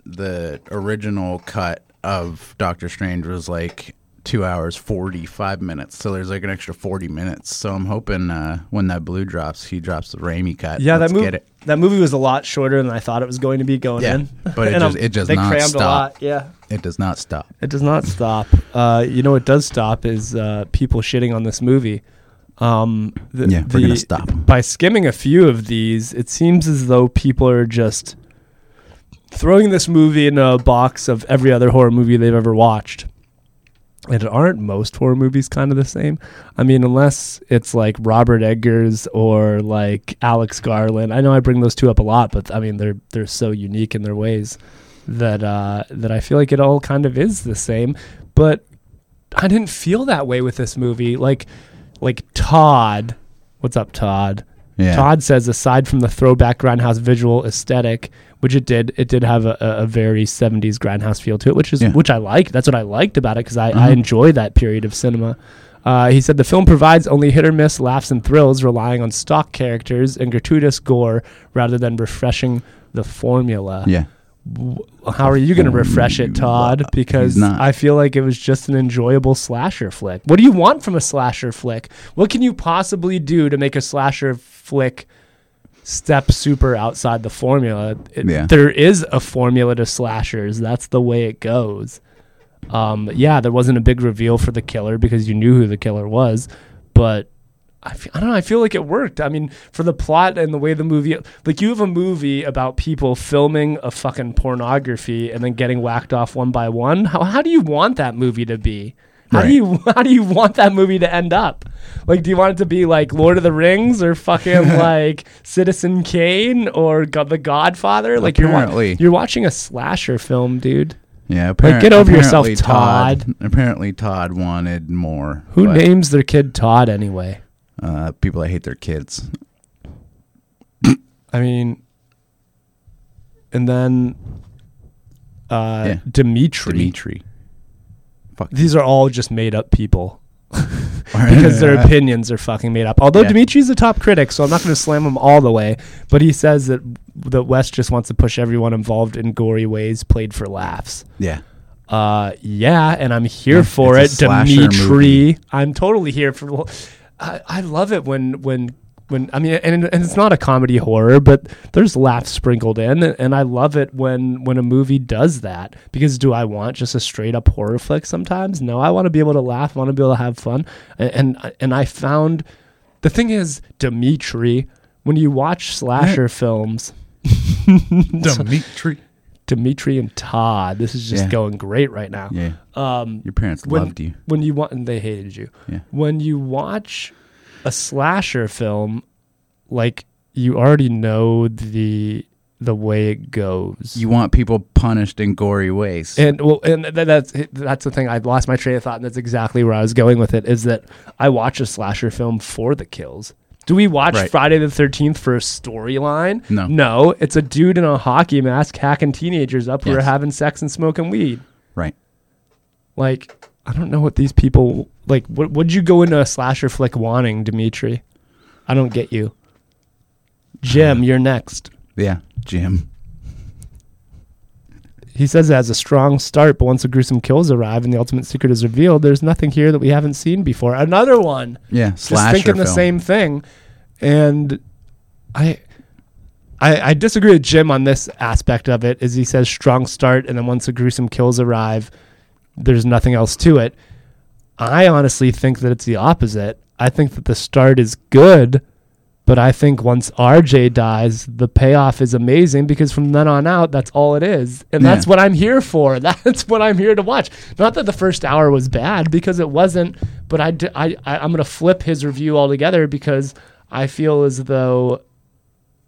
Speaker 2: the original cut of Doctor Strange was like two hours forty five minutes. So there's like an extra forty minutes. So I'm hoping uh, when that blue drops, he drops the Raimi cut.
Speaker 1: Yeah,
Speaker 2: Let's
Speaker 1: that movie.
Speaker 2: Get it.
Speaker 1: That movie was a lot shorter than I thought it was going to be going
Speaker 2: Yeah,
Speaker 1: in.
Speaker 2: but it
Speaker 1: And, um,
Speaker 2: just- it just
Speaker 1: they
Speaker 2: not
Speaker 1: crammed
Speaker 2: stop.
Speaker 1: a lot. Yeah,
Speaker 2: It does not stop.
Speaker 1: it does not stop. Uh, you know what does stop is uh, people shitting on this movie. Um, the,
Speaker 2: Yeah, we're gonna
Speaker 1: the-
Speaker 2: stop 'em.
Speaker 1: By skimming a few of these, it seems as though people are just throwing this movie in a box of every other horror movie they've ever watched. And aren't most horror movies kind of the same? I mean, unless it's like Robert Eggers or like Alex Garland. I know I bring those two up a lot, but I mean they're they're so unique in their ways that uh, that I feel like it all kind of is the same. But I didn't feel that way with this movie. Like like Todd, what's up, Todd?
Speaker 2: Yeah.
Speaker 1: Todd says, aside from the throwback grindhouse visual aesthetic, which it did, it did have a, a a very '70s grindhouse feel to it, which is
Speaker 2: Yeah.
Speaker 1: which I like. That's what I liked about it because I, I
Speaker 2: Mhm.
Speaker 1: enjoy that period of cinema. Uh, he said the film provides only hit or miss laughs and thrills, relying on stock characters and gratuitous gore rather than refreshing the formula.
Speaker 2: yeah.
Speaker 1: W- How are you going to refresh it, Todd? Because
Speaker 2: He's not.
Speaker 1: I feel like it was just an enjoyable slasher flick. What do you want from a slasher flick? What can you possibly do to make a slasher flick step super outside the formula. It-
Speaker 2: Yeah.
Speaker 1: There is a formula to slashers. That's the way it goes. Um, yeah, there wasn't a big reveal for the killer because you knew who the killer was, but I, feel, I don't know. I feel like it worked. I mean, for the plot and the way the movie, like you have a movie about people filming a fucking pornography and then getting whacked off one by one. How, how do you want that movie to be? How do
Speaker 2: Right.
Speaker 1: you how do you want that movie to end up? Like, do you want it to be like Lord of the Rings or fucking like Citizen Kane or God, The Godfather? Like you're
Speaker 2: Apparently.
Speaker 1: wa- you're watching a slasher film, dude.
Speaker 2: Yeah,
Speaker 1: Like, get over yourself,
Speaker 2: apparently Apparently, Todd wanted more.
Speaker 1: Who
Speaker 2: but,
Speaker 1: names their kid Todd anyway?
Speaker 2: Uh, people that hate their kids.
Speaker 1: I mean, and then uh,
Speaker 2: Yeah.
Speaker 1: Dimitri.
Speaker 2: Dimitri.
Speaker 1: These are all just made up people because their opinions are fucking made up. Although
Speaker 2: Yeah.
Speaker 1: Dimitri's a top critic, so I'm not going to slam him all the way. But he says that that West just wants to push everyone involved in gory ways played for laughs.
Speaker 2: Yeah.
Speaker 1: Uh, yeah, and I'm here
Speaker 2: Yeah,
Speaker 1: for
Speaker 2: it's
Speaker 1: it,
Speaker 2: a slasher
Speaker 1: Dimitri.
Speaker 2: movie.
Speaker 1: I'm totally here for. I, I love it when when when I mean, and, and it's not a comedy horror, but there's laughs sprinkled in, and I love it when when a movie does that. Because do I want just a straight up horror flick? Sometimes no, I want to be able to laugh, I want to be able to have fun, and and, and I found the thing is Dimitri. When you watch slasher films,
Speaker 2: Dimitri.
Speaker 1: Dimitri and Todd, this is just
Speaker 2: Yeah.
Speaker 1: going great right now.
Speaker 2: Yeah.
Speaker 1: Um,
Speaker 2: Your parents
Speaker 1: when,
Speaker 2: loved you.
Speaker 1: when you want and they hated you
Speaker 2: Yeah.
Speaker 1: when you watch a slasher film like you already know the the way it goes
Speaker 2: You want people punished in gory ways.
Speaker 1: and well and th- that's that's the thing i lost my train of thought and that's exactly where i was going with it is that i watch a slasher film for the kills do we watch
Speaker 2: Right.
Speaker 1: Friday the 13th for a storyline?
Speaker 2: No.
Speaker 1: No, it's a dude in a hockey mask hacking teenagers up who are
Speaker 2: Yes.
Speaker 1: having sex and smoking weed.
Speaker 2: right.
Speaker 1: Like, I don't know what these people like. What would you go into a slasher flick wanting, Dimitri? I don't get you. Jim, you're next.
Speaker 2: Yeah. Jim.
Speaker 1: He says it has a strong start, but once the gruesome kills arrive and the ultimate secret is revealed, there's nothing here that we haven't seen before. Another one.
Speaker 2: Yeah.
Speaker 1: just
Speaker 2: Slasher
Speaker 1: thinking the
Speaker 2: film.
Speaker 1: same thing, and I, I, I disagree with Jim on this aspect of it. Is he says strong start, and then once the gruesome kills arrive, there's nothing else to it. I honestly think that it's the opposite. I think that the start is good, but I think once RJ dies, the payoff is amazing because from then on out, that's all it is. And that's
Speaker 2: Yeah.
Speaker 1: what I'm here for. That's what I'm here to watch. Not that the first hour was bad because it wasn't, but I, d- I, I, am going to flip his review altogether because I feel as though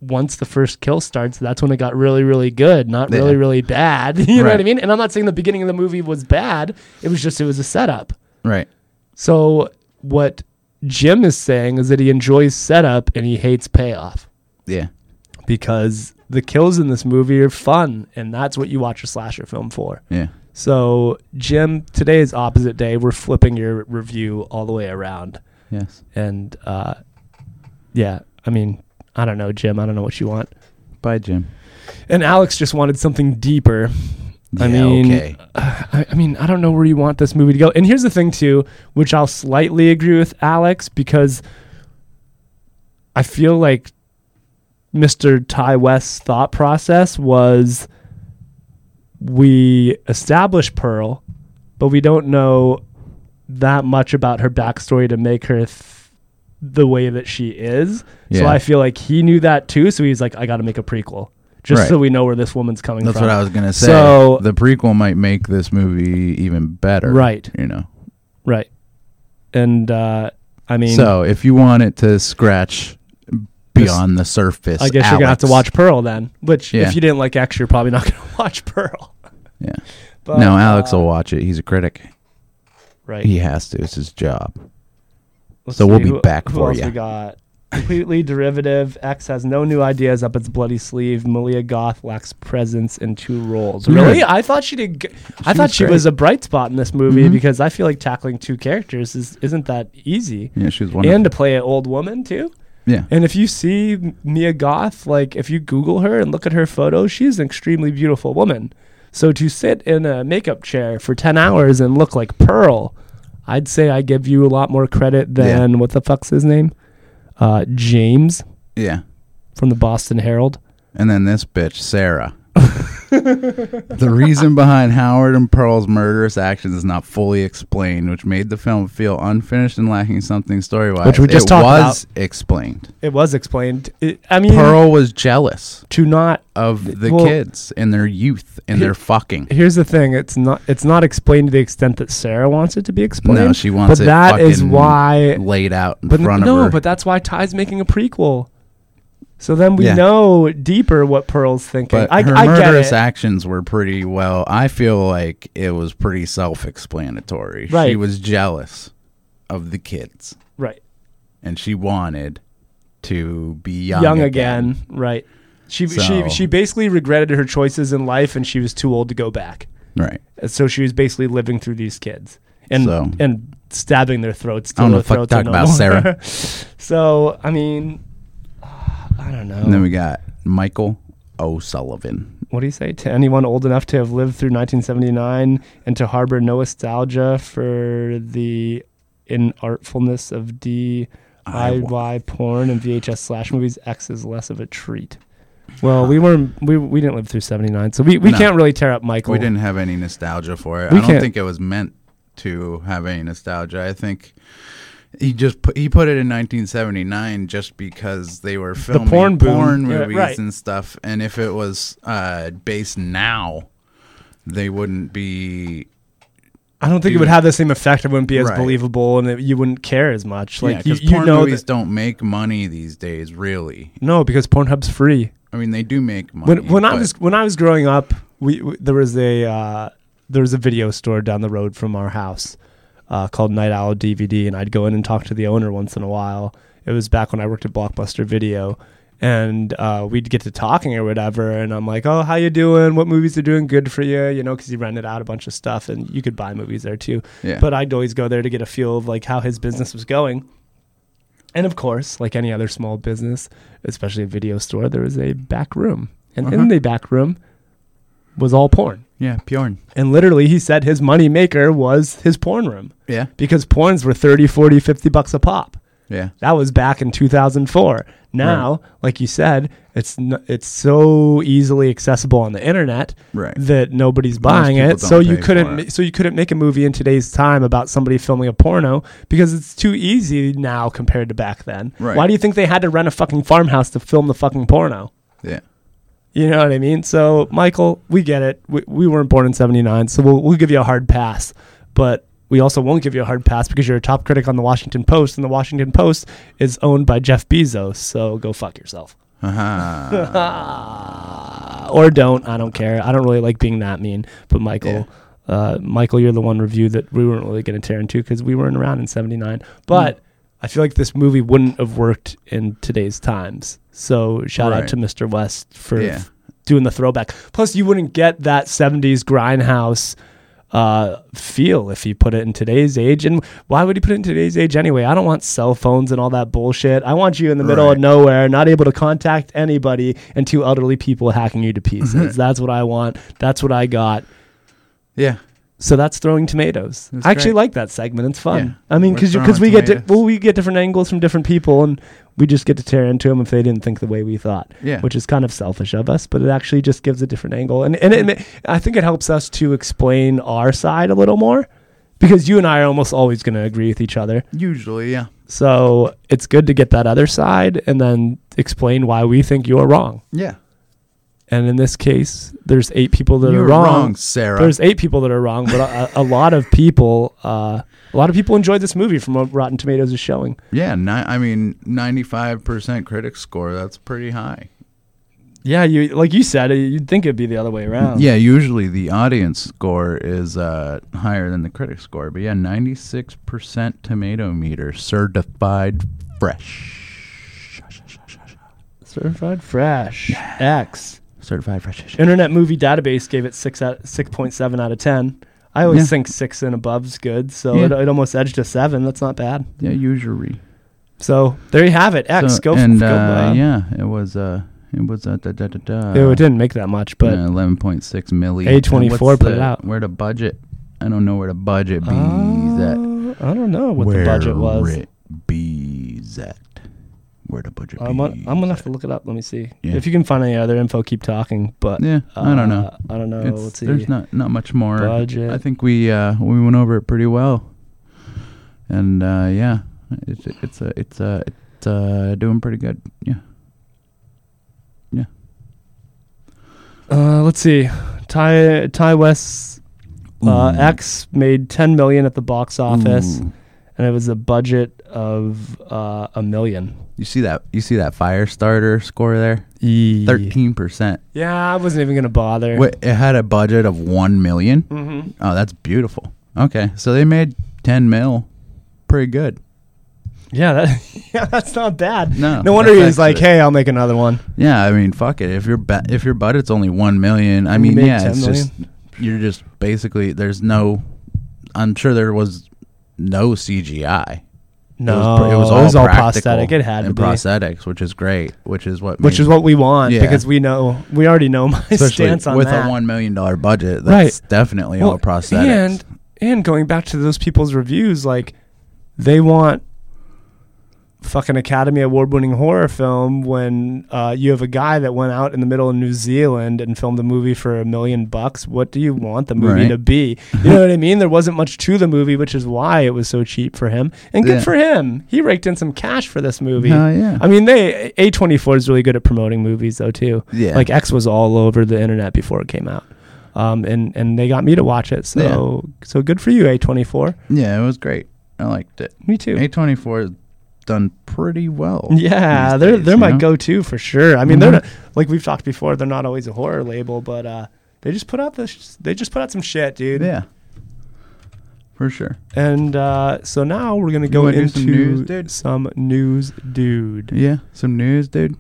Speaker 1: once the first kill starts, that's when it got really, really good, not
Speaker 2: Yeah.
Speaker 1: really, really bad. You know what I
Speaker 2: Right.
Speaker 1: mean? And I'm not saying the beginning of the movie was bad, it was just, it was a setup.
Speaker 2: Right.
Speaker 1: So what Jim is saying is that he enjoys setup and he hates payoff
Speaker 2: Yeah.
Speaker 1: because the kills in this movie are fun and that's what you watch a slasher film for.
Speaker 2: Yeah.
Speaker 1: So Jim, today is opposite day. We're flipping your review all the way around
Speaker 2: Yes.
Speaker 1: and uh yeah, I mean, I don't know, Jim, I don't know what you want.
Speaker 2: Bye, Jim.
Speaker 1: And Alex just wanted something deeper. I
Speaker 2: Yeah,
Speaker 1: mean,
Speaker 2: okay.
Speaker 1: I, I mean, I don't know where you want this movie to go. And here's the thing, too, which I'll slightly agree with Alex because I feel like Mr. Ty West's thought process was we establish Pearl, but we don't know that much about her backstory to make her th- the way that she is. So
Speaker 2: Yeah.
Speaker 1: I feel like he knew that too. So he's like, I got to make a prequel just
Speaker 2: Right.
Speaker 1: so we know where this woman's coming
Speaker 2: That's
Speaker 1: from.
Speaker 2: what I was gonna say.
Speaker 1: So-
Speaker 2: the prequel might make this movie even better.
Speaker 1: Right.
Speaker 2: You know.
Speaker 1: Right. And uh, I mean,
Speaker 2: so if you want it to scratch beyond the surface,
Speaker 1: I guess you're gonna have to
Speaker 2: Alex-
Speaker 1: watch Pearl then. Which,
Speaker 2: Yeah.
Speaker 1: if you didn't like X, you're probably not gonna watch Pearl.
Speaker 2: Yeah.
Speaker 1: But,
Speaker 2: no, Alex
Speaker 1: uh,
Speaker 2: will watch it. He's a critic.
Speaker 1: right.
Speaker 2: He has to. It's his job.
Speaker 1: Let's
Speaker 2: so we'll be
Speaker 1: who-
Speaker 2: back
Speaker 1: who
Speaker 2: for
Speaker 1: else
Speaker 2: ya.
Speaker 1: We got completely derivative. X has no new ideas up its bloody sleeve. Malia Goth lacks presence in two roles.
Speaker 2: Yeah.
Speaker 1: Really, I thought she did. G- I
Speaker 2: Mm-hmm. She
Speaker 1: thought
Speaker 2: was
Speaker 1: she
Speaker 2: great.
Speaker 1: was a bright spot in this movie
Speaker 2: Mhm.
Speaker 1: because I feel like tackling two characters is isn't that easy.
Speaker 2: Yeah, she was one.
Speaker 1: And
Speaker 2: of,
Speaker 1: to play an old woman too.
Speaker 2: yeah,
Speaker 1: And if you see M- Mia Goth, like if you Google her and look at her photos, she's an extremely beautiful woman. So to sit in a makeup chair for 10 hours and look like Pearl, I'd say I give you a lot more credit than what the fuck's his name? Uh, James.
Speaker 2: yeah.
Speaker 1: from the Boston Herald.
Speaker 2: And then this bitch, Sarah. the reason behind Howard and Pearl's murderous actions is not fully explained, which made the film feel unfinished and lacking something story wise.
Speaker 1: Which we just
Speaker 2: it
Speaker 1: talked
Speaker 2: was explained.
Speaker 1: It was explained. It, I mean,
Speaker 2: Pearl was jealous
Speaker 1: to not
Speaker 2: of the
Speaker 1: Well-
Speaker 2: kids and their youth and their fucking.
Speaker 1: here's the thing it's not it's not explained to the extent that sarah wants it to be explained
Speaker 2: No, she wants
Speaker 1: but
Speaker 2: it
Speaker 1: that is
Speaker 2: fucking
Speaker 1: why
Speaker 2: laid out in
Speaker 1: but
Speaker 2: front
Speaker 1: no
Speaker 2: of her.
Speaker 1: but that's why ty's making a prequel so then we
Speaker 2: Yeah.
Speaker 1: know deeper what pearl's thinking
Speaker 2: But
Speaker 1: i,
Speaker 2: her
Speaker 1: I get
Speaker 2: murderous
Speaker 1: it
Speaker 2: actions were pretty well. I feel like it was pretty self-explanatory. She
Speaker 1: Right.
Speaker 2: was jealous of the kids,
Speaker 1: right
Speaker 2: and she wanted to be young,
Speaker 1: young, again. right she,
Speaker 2: So-
Speaker 1: she she basically regretted her choices in life and she was too old to go back
Speaker 2: Right.
Speaker 1: And so she was basically living through these kids and
Speaker 2: So-
Speaker 1: and stabbing their throats
Speaker 2: I
Speaker 1: till
Speaker 2: don't know
Speaker 1: their
Speaker 2: the fuck
Speaker 1: throats are
Speaker 2: talk
Speaker 1: no
Speaker 2: about
Speaker 1: longer-
Speaker 2: Sarah.
Speaker 1: so i mean i don't know
Speaker 2: And then we got Michael O'Sullivan.
Speaker 1: what do you say to anyone old enough to have lived through 1979 and to harbor no nostalgia for the inartfulness of DIY porn and VHS slash movies? X is less of a treat. Well, we were we, we didn't live through 79, so we, we
Speaker 2: No.
Speaker 1: can't really tear up Michael.
Speaker 2: We didn't have any nostalgia for it.
Speaker 1: We
Speaker 2: I don't
Speaker 1: can't-
Speaker 2: think it was meant to have any nostalgia. I think he just put, he put it in 1979 just because they were filming
Speaker 1: porn boom. Yeah,
Speaker 2: movies
Speaker 1: right.
Speaker 2: and stuff. And if it was uh, based now, they wouldn't be.
Speaker 1: I don't think it
Speaker 2: do
Speaker 1: would
Speaker 2: that.
Speaker 1: have the same effect. It wouldn't be as
Speaker 2: Right.
Speaker 1: believable, and it, you wouldn't care as much.
Speaker 2: Like
Speaker 1: Like
Speaker 2: because
Speaker 1: you, you
Speaker 2: porn
Speaker 1: know
Speaker 2: movies
Speaker 1: that,
Speaker 2: don't make money these days, really.
Speaker 1: no, because Pornhub's free.
Speaker 2: I mean, they do make money.
Speaker 1: when when I
Speaker 2: but-
Speaker 1: was when I was growing up, we, we there was a uh, there was a video store down the road from our house uh, called Night Owl DVD, and I'd go in and talk to the owner once in a while. It was back when I worked at Blockbuster Video, and uh, we'd get to talking or whatever, and I'm like, "Oh, how you doing? What movies are doing good for you?" You know, because he rented out a bunch of stuff, and you could buy movies there too.
Speaker 2: Yeah.
Speaker 1: But I'd always go there to get a feel of like how his business was going. And of course, like any other small business, especially a video store, there was a back room. And
Speaker 2: Uh-huh.
Speaker 1: in the back room was all porn.
Speaker 2: yeah, Bjorn.
Speaker 1: And literally, he said his money maker was his porn room
Speaker 2: Yeah,
Speaker 1: because porns were 30, 40, 50 bucks a pop.
Speaker 2: yeah.
Speaker 1: That was back in 2004. Now, like you said, it's n- it's so easily accessible on the internet
Speaker 2: Right.
Speaker 1: that nobody's buying
Speaker 2: people
Speaker 1: it. So
Speaker 2: don't
Speaker 1: you
Speaker 2: pay
Speaker 1: couldn't
Speaker 2: for
Speaker 1: ma-
Speaker 2: it.
Speaker 1: so you couldn't make a movie in today's time about somebody filming a porno because it's too easy now compared to back then.
Speaker 2: Right.
Speaker 1: Why do you think they had to rent a fucking farmhouse to film the fucking porno?
Speaker 2: Yeah.
Speaker 1: You know what I mean? So, Michael, we get it. We, we weren't born in 79, so we'll, we'll give you a hard pass. But we also won't give you a hard pass because you're a top critic on the Washington Post, and the Washington Post is owned by Jeff Bezos. So, go fuck yourself.
Speaker 2: Uh-huh.
Speaker 1: Ah, or don't. I don't care. I don't really like being that mean. But, Michael, uh, Michael, you're the one review that we weren't really going to tear into because we weren't around in 79. But
Speaker 2: Mm.
Speaker 1: I feel like this movie wouldn't have worked in today's times. So, shout out
Speaker 2: Right.
Speaker 1: to Mr. West for
Speaker 2: Yeah.
Speaker 1: doing the throwback. Plus, you wouldn't get that 70s grindhouse uh, feel if you put it in today's age. And why would you put it in today's age anyway? I don't want cell phones and all that bullshit. I want you in the middle of
Speaker 2: Right.
Speaker 1: nowhere, not able to contact anybody, and two elderly people hacking you to pieces.
Speaker 2: Mm-hmm.
Speaker 1: that's what I want. That's what I got.
Speaker 2: Yeah.
Speaker 1: So that's throwing tomatoes.
Speaker 2: That's
Speaker 1: I actually
Speaker 2: great.
Speaker 1: like that segment. It's fun.
Speaker 2: Yeah.
Speaker 1: I mean,
Speaker 2: We're
Speaker 1: because
Speaker 2: throwing
Speaker 1: because we get di-
Speaker 2: tomatoes.
Speaker 1: well, we get different angles from different people, and we just get to tear into them if they didn't think the way we thought
Speaker 2: Yeah.
Speaker 1: which is kind of selfish of us, but it actually just gives a different angle. And and it, ma- I think it helps us to explain our side a little more because you and I are almost always going to agree with each other.
Speaker 2: Usually, yeah.
Speaker 1: So it's good to get that other side and then explain why we think you're wrong.
Speaker 2: Yeah.
Speaker 1: And in this case, there's eight people that
Speaker 2: You're
Speaker 1: are
Speaker 2: wrong,
Speaker 1: wrong.
Speaker 2: Sarah.
Speaker 1: There's eight people that are wrong, but a, a lot of people, uh, a lot of people enjoyed this movie from what Rotten Tomatoes is showing.
Speaker 2: yeah, ni- I mean, ninety-five percent critic score. That's pretty high.
Speaker 1: Yeah, you like you said, you'd think it'd be the other way around.
Speaker 2: Yeah, usually the audience score is uh, higher than the critic score, but yeah, ninety-six percent tomato meter, certified fresh.
Speaker 1: Certified Fresh X.
Speaker 2: Certified fresh.
Speaker 1: Internet Movie Database gave it six out six point seven out of ten. I always
Speaker 2: Yeah.
Speaker 1: think six and above's good, so
Speaker 2: Yeah.
Speaker 1: it, it almost edged a seven. That's not bad.
Speaker 2: Yeah, usury.
Speaker 1: So there you have it. X
Speaker 2: So-
Speaker 1: go f-
Speaker 2: and
Speaker 1: go,
Speaker 2: uh,
Speaker 1: uh,
Speaker 2: yeah, it was uh, it was uh, da, da, da, da.
Speaker 1: Ew, it didn't make that much, but
Speaker 2: eleven point six million.
Speaker 1: A24
Speaker 2: What's
Speaker 1: put
Speaker 2: the-
Speaker 1: it out.
Speaker 2: Where the budget? I don't know where the budget be
Speaker 1: Uh,
Speaker 2: at.
Speaker 1: I don't know what the budget was.
Speaker 2: It be at. Where the budget?
Speaker 1: I'm,
Speaker 2: be?
Speaker 1: gonna- I'm gonna have to look it up. Let me see
Speaker 2: Yeah.
Speaker 1: if you can find any other info. Keep talking, but
Speaker 2: Yeah, I don't know.
Speaker 1: uh, I don't know.
Speaker 2: It's-
Speaker 1: Let's see.
Speaker 2: there's not not much more.
Speaker 1: Budget.
Speaker 2: I think we uh, we went over it pretty well, and uh, yeah, it's it's uh, it's uh, it's uh, doing pretty good. Yeah,
Speaker 1: Uh, let's see. Ty Ty West's uh, X made 10 million at the box office,
Speaker 2: Ooh.
Speaker 1: and it was a budget of uh, a million.
Speaker 2: You see that you see that Firestarter score there,
Speaker 1: Yeah,
Speaker 2: thirteen percent.
Speaker 1: I wasn't even gonna bother.
Speaker 2: Wait, it had a budget of one million.
Speaker 1: Mm-hmm.
Speaker 2: Oh, that's beautiful. Okay, so they made ten mil, pretty good.
Speaker 1: Yeah, that, yeah, that's not bad.
Speaker 2: No,
Speaker 1: No wonder
Speaker 2: that's
Speaker 1: he's like,
Speaker 2: actually-
Speaker 1: "Hey, I'll make another one."
Speaker 2: Yeah, I mean, fuck it. If your ba- if your budget's only one million, I mean,
Speaker 1: made
Speaker 2: yeah,
Speaker 1: 10
Speaker 2: it's just you're just basically there's no. I'm sure there was no CGI.
Speaker 1: No,
Speaker 2: it was, pr-
Speaker 1: it was all
Speaker 2: practical
Speaker 1: prosthetic. It had to
Speaker 2: and
Speaker 1: be,
Speaker 2: prosthetics, which is great, which is what
Speaker 1: which
Speaker 2: made-
Speaker 1: is what we want
Speaker 2: Yeah.
Speaker 1: because we know we already know my
Speaker 2: especially
Speaker 1: stance on
Speaker 2: with
Speaker 1: that.
Speaker 2: a one million dollar budget.
Speaker 1: Right.
Speaker 2: That's definitely all prosthetics.
Speaker 1: And and going back to those people's reviews, like they want fucking Academy Award winning horror film when uh, you have a guy that went out in the middle of New Zealand and filmed a movie for a million bucks. What do you want the movie
Speaker 2: Right.
Speaker 1: to be? You know what I mean? There wasn't much to the movie, which is why it was so cheap for him. And good
Speaker 2: Yeah.
Speaker 1: for him. He raked in some cash for this movie.
Speaker 2: Hell yeah,
Speaker 1: I mean, they A twenty four is really good at promoting movies though too.
Speaker 2: yeah,
Speaker 1: Like X was all over the internet before it came out, um, and and they got me to watch it. So so good for you, A twenty four.
Speaker 2: yeah. It was great. I liked it.
Speaker 1: Me too.
Speaker 2: A twenty four has done pretty well.
Speaker 1: yeah,
Speaker 2: these
Speaker 1: they're
Speaker 2: days,
Speaker 1: they're
Speaker 2: you
Speaker 1: my
Speaker 2: know?
Speaker 1: go to for sure. I mean, they're
Speaker 2: Mhm.
Speaker 1: not, like we've talked before. They're not always a horror label, but uh, they just put out this. They just put out some shit, dude.
Speaker 2: Yeah, for sure.
Speaker 1: And uh, so now we're gonna
Speaker 2: You
Speaker 1: go
Speaker 2: wanna do
Speaker 1: into
Speaker 2: some news, dude?
Speaker 1: some news, dude.
Speaker 2: Yeah, some news, dude.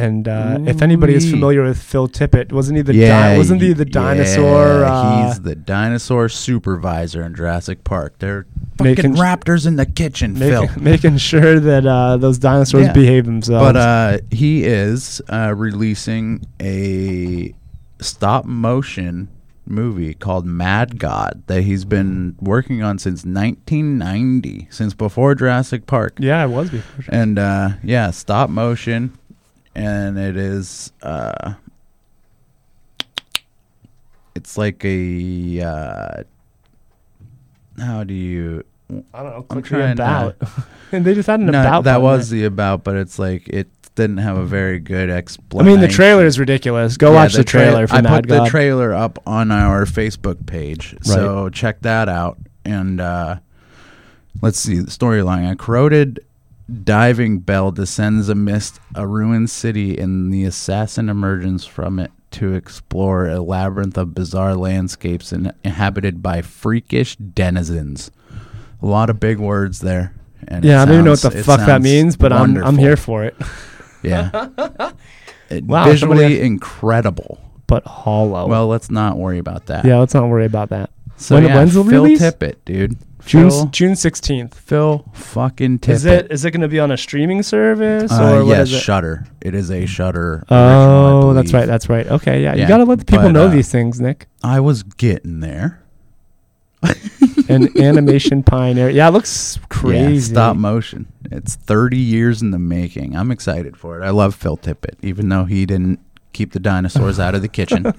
Speaker 1: And uh, if anybody is
Speaker 2: Ooh-wee.
Speaker 1: familiar with Phil Tippett, wasn't he the di- wasn't he the dinosaur?
Speaker 2: yeah,
Speaker 1: uh,
Speaker 2: he's the dinosaur supervisor in Jurassic Park. They're fucking
Speaker 1: Making-
Speaker 2: raptors in the kitchen, Phil.
Speaker 1: making, making sure that uh, those dinosaurs
Speaker 2: Yeah.
Speaker 1: behave themselves.
Speaker 2: But uh, he is uh, releasing a stop motion movie called Mad God that he's been working on since 1990, since before Jurassic Park.
Speaker 1: yeah, it was before.
Speaker 2: And uh, yeah, stop motion, and it is uh, it's like a uh, how do you
Speaker 1: I don't know.
Speaker 2: I'm
Speaker 1: Click the
Speaker 2: trying to-
Speaker 1: about, and they just had an
Speaker 2: no
Speaker 1: about.
Speaker 2: that
Speaker 1: button
Speaker 2: was
Speaker 1: there.
Speaker 2: the about, but it's like it didn't have a very good
Speaker 1: I
Speaker 2: explanation.
Speaker 1: mean, the trailer is ridiculous. Go
Speaker 2: Yeah,
Speaker 1: watch the
Speaker 2: tra-
Speaker 1: trailer for
Speaker 2: I
Speaker 1: Mad
Speaker 2: put
Speaker 1: God.
Speaker 2: the trailer up on our Facebook page, so check that out. And uh, let's see the storyline: A corroded diving bell descends amidst a ruined city, and the assassin emerges from it to explore a labyrinth of bizarre landscapes in- inhabited by freakish denizens. A lot of big words there. And it
Speaker 1: yeah, I don't even know what
Speaker 2: sounds-
Speaker 1: the
Speaker 2: it
Speaker 1: fuck that
Speaker 2: sounds
Speaker 1: means, but I'm I'm
Speaker 2: wonderful.
Speaker 1: here for it.
Speaker 2: Yeah, It-
Speaker 1: Wow, somebody
Speaker 2: visually incredible.
Speaker 1: But hollow.
Speaker 2: Well, let's not worry about that.
Speaker 1: yeah, let's not worry about that.
Speaker 2: So
Speaker 1: When-
Speaker 2: yeah,
Speaker 1: when's the
Speaker 2: Phil
Speaker 1: release?
Speaker 2: Tippett, dude.
Speaker 1: June
Speaker 2: Phil,
Speaker 1: June sixteenth.
Speaker 2: Phil fucking Tippett.
Speaker 1: Is it is it going to be on a streaming service
Speaker 2: Uh,
Speaker 1: or what
Speaker 2: yes,
Speaker 1: is it?
Speaker 2: Shutter. It is a Shutter.
Speaker 1: Oh, that's right. That's right. Okay, yeah, you
Speaker 2: Yeah,
Speaker 1: got to let the people
Speaker 2: but,
Speaker 1: know
Speaker 2: uh,
Speaker 1: these things, Nick.
Speaker 2: I was getting there.
Speaker 1: An animation pioneer. Yeah, it looks crazy.
Speaker 2: Yeah, stop motion. It's 30 years in the making. I'm excited for it. I love Phil Tippett, even though he didn't keep the dinosaurs out of the kitchen.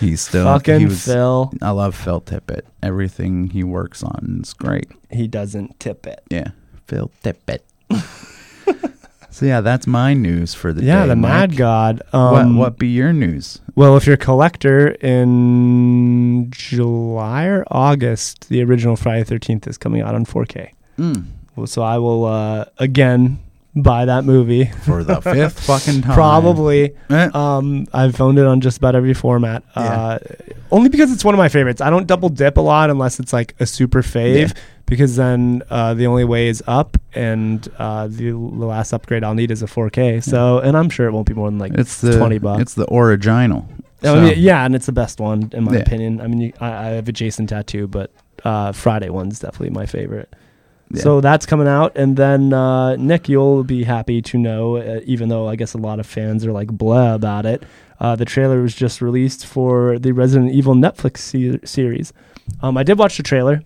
Speaker 2: He's still
Speaker 1: Fucking
Speaker 2: he was-
Speaker 1: Phil.
Speaker 2: I love Phil Tippett. Everything he works on is great.
Speaker 1: He doesn't tip it.
Speaker 2: Yeah, Phil Tippett. so yeah, that's my news for the day.
Speaker 1: Yeah, the
Speaker 2: Mike.
Speaker 1: Mad God. Um,
Speaker 2: what what be your news?
Speaker 1: Well, if you're a collector, in July or August, the original Friday Thirteenth is coming out on 4K. Well, So I will uh, again buy that movie.
Speaker 2: For the fifth fucking time.
Speaker 1: Probably.
Speaker 2: Eh,
Speaker 1: Um, I've owned it on just about every format. Uh, only because it's one of my favorites. I don't double dip a lot unless it's like a super fave,
Speaker 2: Yeah.
Speaker 1: because then uh, the only way is up, and uh, the, the last upgrade I'll need is a 4K. So, and I'm sure it won't be more than like
Speaker 2: it's the
Speaker 1: 20 bucks.
Speaker 2: It's the original.
Speaker 1: I
Speaker 2: So,
Speaker 1: mean, yeah, and it's the best one in my
Speaker 2: Yeah.
Speaker 1: opinion. I mean, you, I, I have a Jason tattoo, but uh, Friday one's definitely my favorite.
Speaker 2: yeah.
Speaker 1: So that's coming out, and then uh, Nick, you'll be happy to know, uh, even though I guess a lot of fans are like blah about it. Uh, the trailer was just released for the Resident Evil Netflix se- series. Um, I did watch the trailer.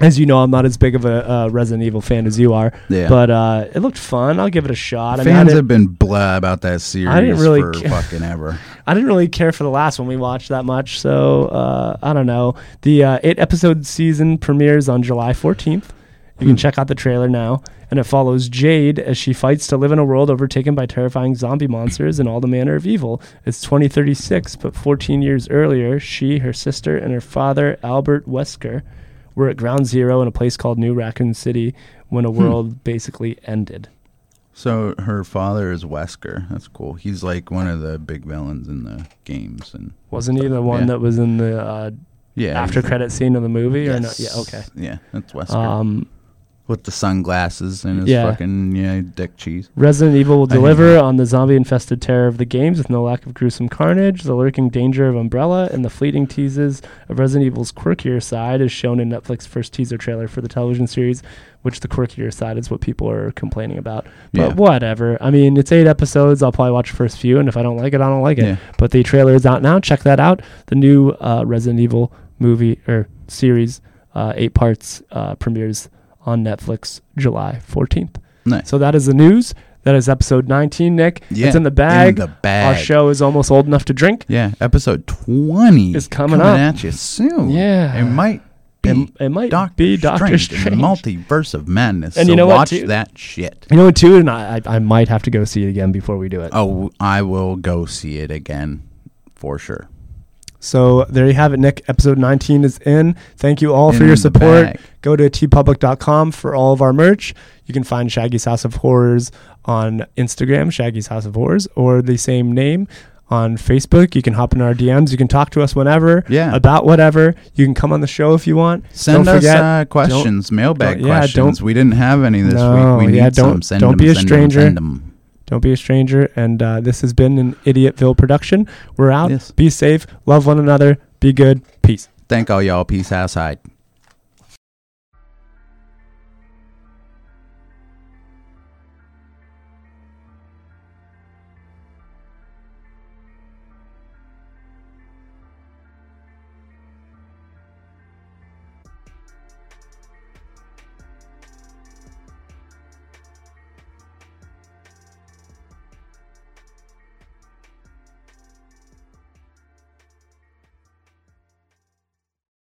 Speaker 1: as you know, I'm not as big of a uh, Resident Evil fan as you are,
Speaker 2: Yeah.
Speaker 1: but uh, it looked fun. I'll give it a shot. I, mean, I,
Speaker 2: Fans
Speaker 1: didn't,
Speaker 2: have been blah about that series
Speaker 1: really
Speaker 2: for
Speaker 1: ca-
Speaker 2: fucking ever.
Speaker 1: I didn't really care for the last one we watched that much, so uh, I don't know. The uh, eight episode season premieres on July 14th. You
Speaker 2: Hmm.
Speaker 1: can check out the trailer now, and it follows Jade as she fights to live in a world overtaken by terrifying zombie monsters and all the manner of evil. It's 2036, but 14 years earlier, she, her sister, and her father, Albert Wesker, were at Ground Zero in a place called New Raccoon City when a
Speaker 2: Hmm.
Speaker 1: world basically ended.
Speaker 2: So her father is Wesker. That's cool. He's like one of the big villains in the games and
Speaker 1: Wasn't he the one
Speaker 2: Yeah.
Speaker 1: that was in the uh,
Speaker 2: yeah.
Speaker 1: after
Speaker 2: he's-
Speaker 1: credit scene of the movie? Or not?
Speaker 2: yes.
Speaker 1: Yeah, okay.
Speaker 2: Yeah, that's Wesker
Speaker 1: Um,
Speaker 2: with the sunglasses and his
Speaker 1: Yeah.
Speaker 2: fucking yeah dick cheese.
Speaker 1: Resident Evil will
Speaker 2: I hate
Speaker 1: deliver on the zombie infested terror of the games with no lack of gruesome carnage, the lurking danger of Umbrella, and the fleeting teases of Resident Evil's quirkier side, as shown in Netflix's first teaser trailer for the television series, which the quirkier side is what people are complaining about. But
Speaker 2: Yeah.
Speaker 1: whatever. I mean, it's eight episodes. I'll probably watch the first few, and if I don't like it, I don't like it.
Speaker 2: Yeah.
Speaker 1: But the trailer is out now. Check that out. The new uh, Resident Evil movie or series, uh, eight parts, uh, premieres on Netflix July 14th.
Speaker 2: Nice.
Speaker 1: So that is the news. That is episode 19, Nick.
Speaker 2: Yeah,
Speaker 1: It's in the bag.
Speaker 2: In the bag.
Speaker 1: Our show is almost old enough to drink.
Speaker 2: Yeah, episode twenty
Speaker 1: Is coming up.
Speaker 2: at you soon.
Speaker 1: Yeah.
Speaker 2: it might be
Speaker 1: It, it might
Speaker 2: Doctor
Speaker 1: be Doctor
Speaker 2: Strange, in
Speaker 1: Strange.
Speaker 2: the multiverse of madness.
Speaker 1: And
Speaker 2: so
Speaker 1: you know what,
Speaker 2: watch
Speaker 1: too?
Speaker 2: that shit.
Speaker 1: you know what, too? And I, I, I might have to go see it again before we do it.
Speaker 2: Oh, I will go see it again for sure.
Speaker 1: So there you have it, Nick. Episode 19 is in. Thank you all for
Speaker 2: In
Speaker 1: your
Speaker 2: the
Speaker 1: support.
Speaker 2: bag.
Speaker 1: Go to tpublic.com for all of our merch. You can find Shaggy's House of Horrors on Instagram, Shaggy's House of Horrors, or the same name on Facebook. You can hop in our DMs. You can talk to us whenever
Speaker 2: Yeah.
Speaker 1: about whatever. You can come on the show if you want.
Speaker 2: Send
Speaker 1: Don't
Speaker 2: us
Speaker 1: Uh, forget,
Speaker 2: uh, questions, mailbag
Speaker 1: don't- yeah,
Speaker 2: questions.
Speaker 1: don't-
Speaker 2: we didn't have any this
Speaker 1: No,
Speaker 2: week. We
Speaker 1: yeah,
Speaker 2: need
Speaker 1: don't-
Speaker 2: some. Send
Speaker 1: don't
Speaker 2: them,
Speaker 1: be a
Speaker 2: send them,
Speaker 1: stranger.
Speaker 2: send them.
Speaker 1: Don't be a stranger. And uh, this has been an Idiotville production. We're out.
Speaker 2: Yes.
Speaker 1: Be safe. Love one another. Be good. Peace.
Speaker 2: Thank all y'all. Peace outside.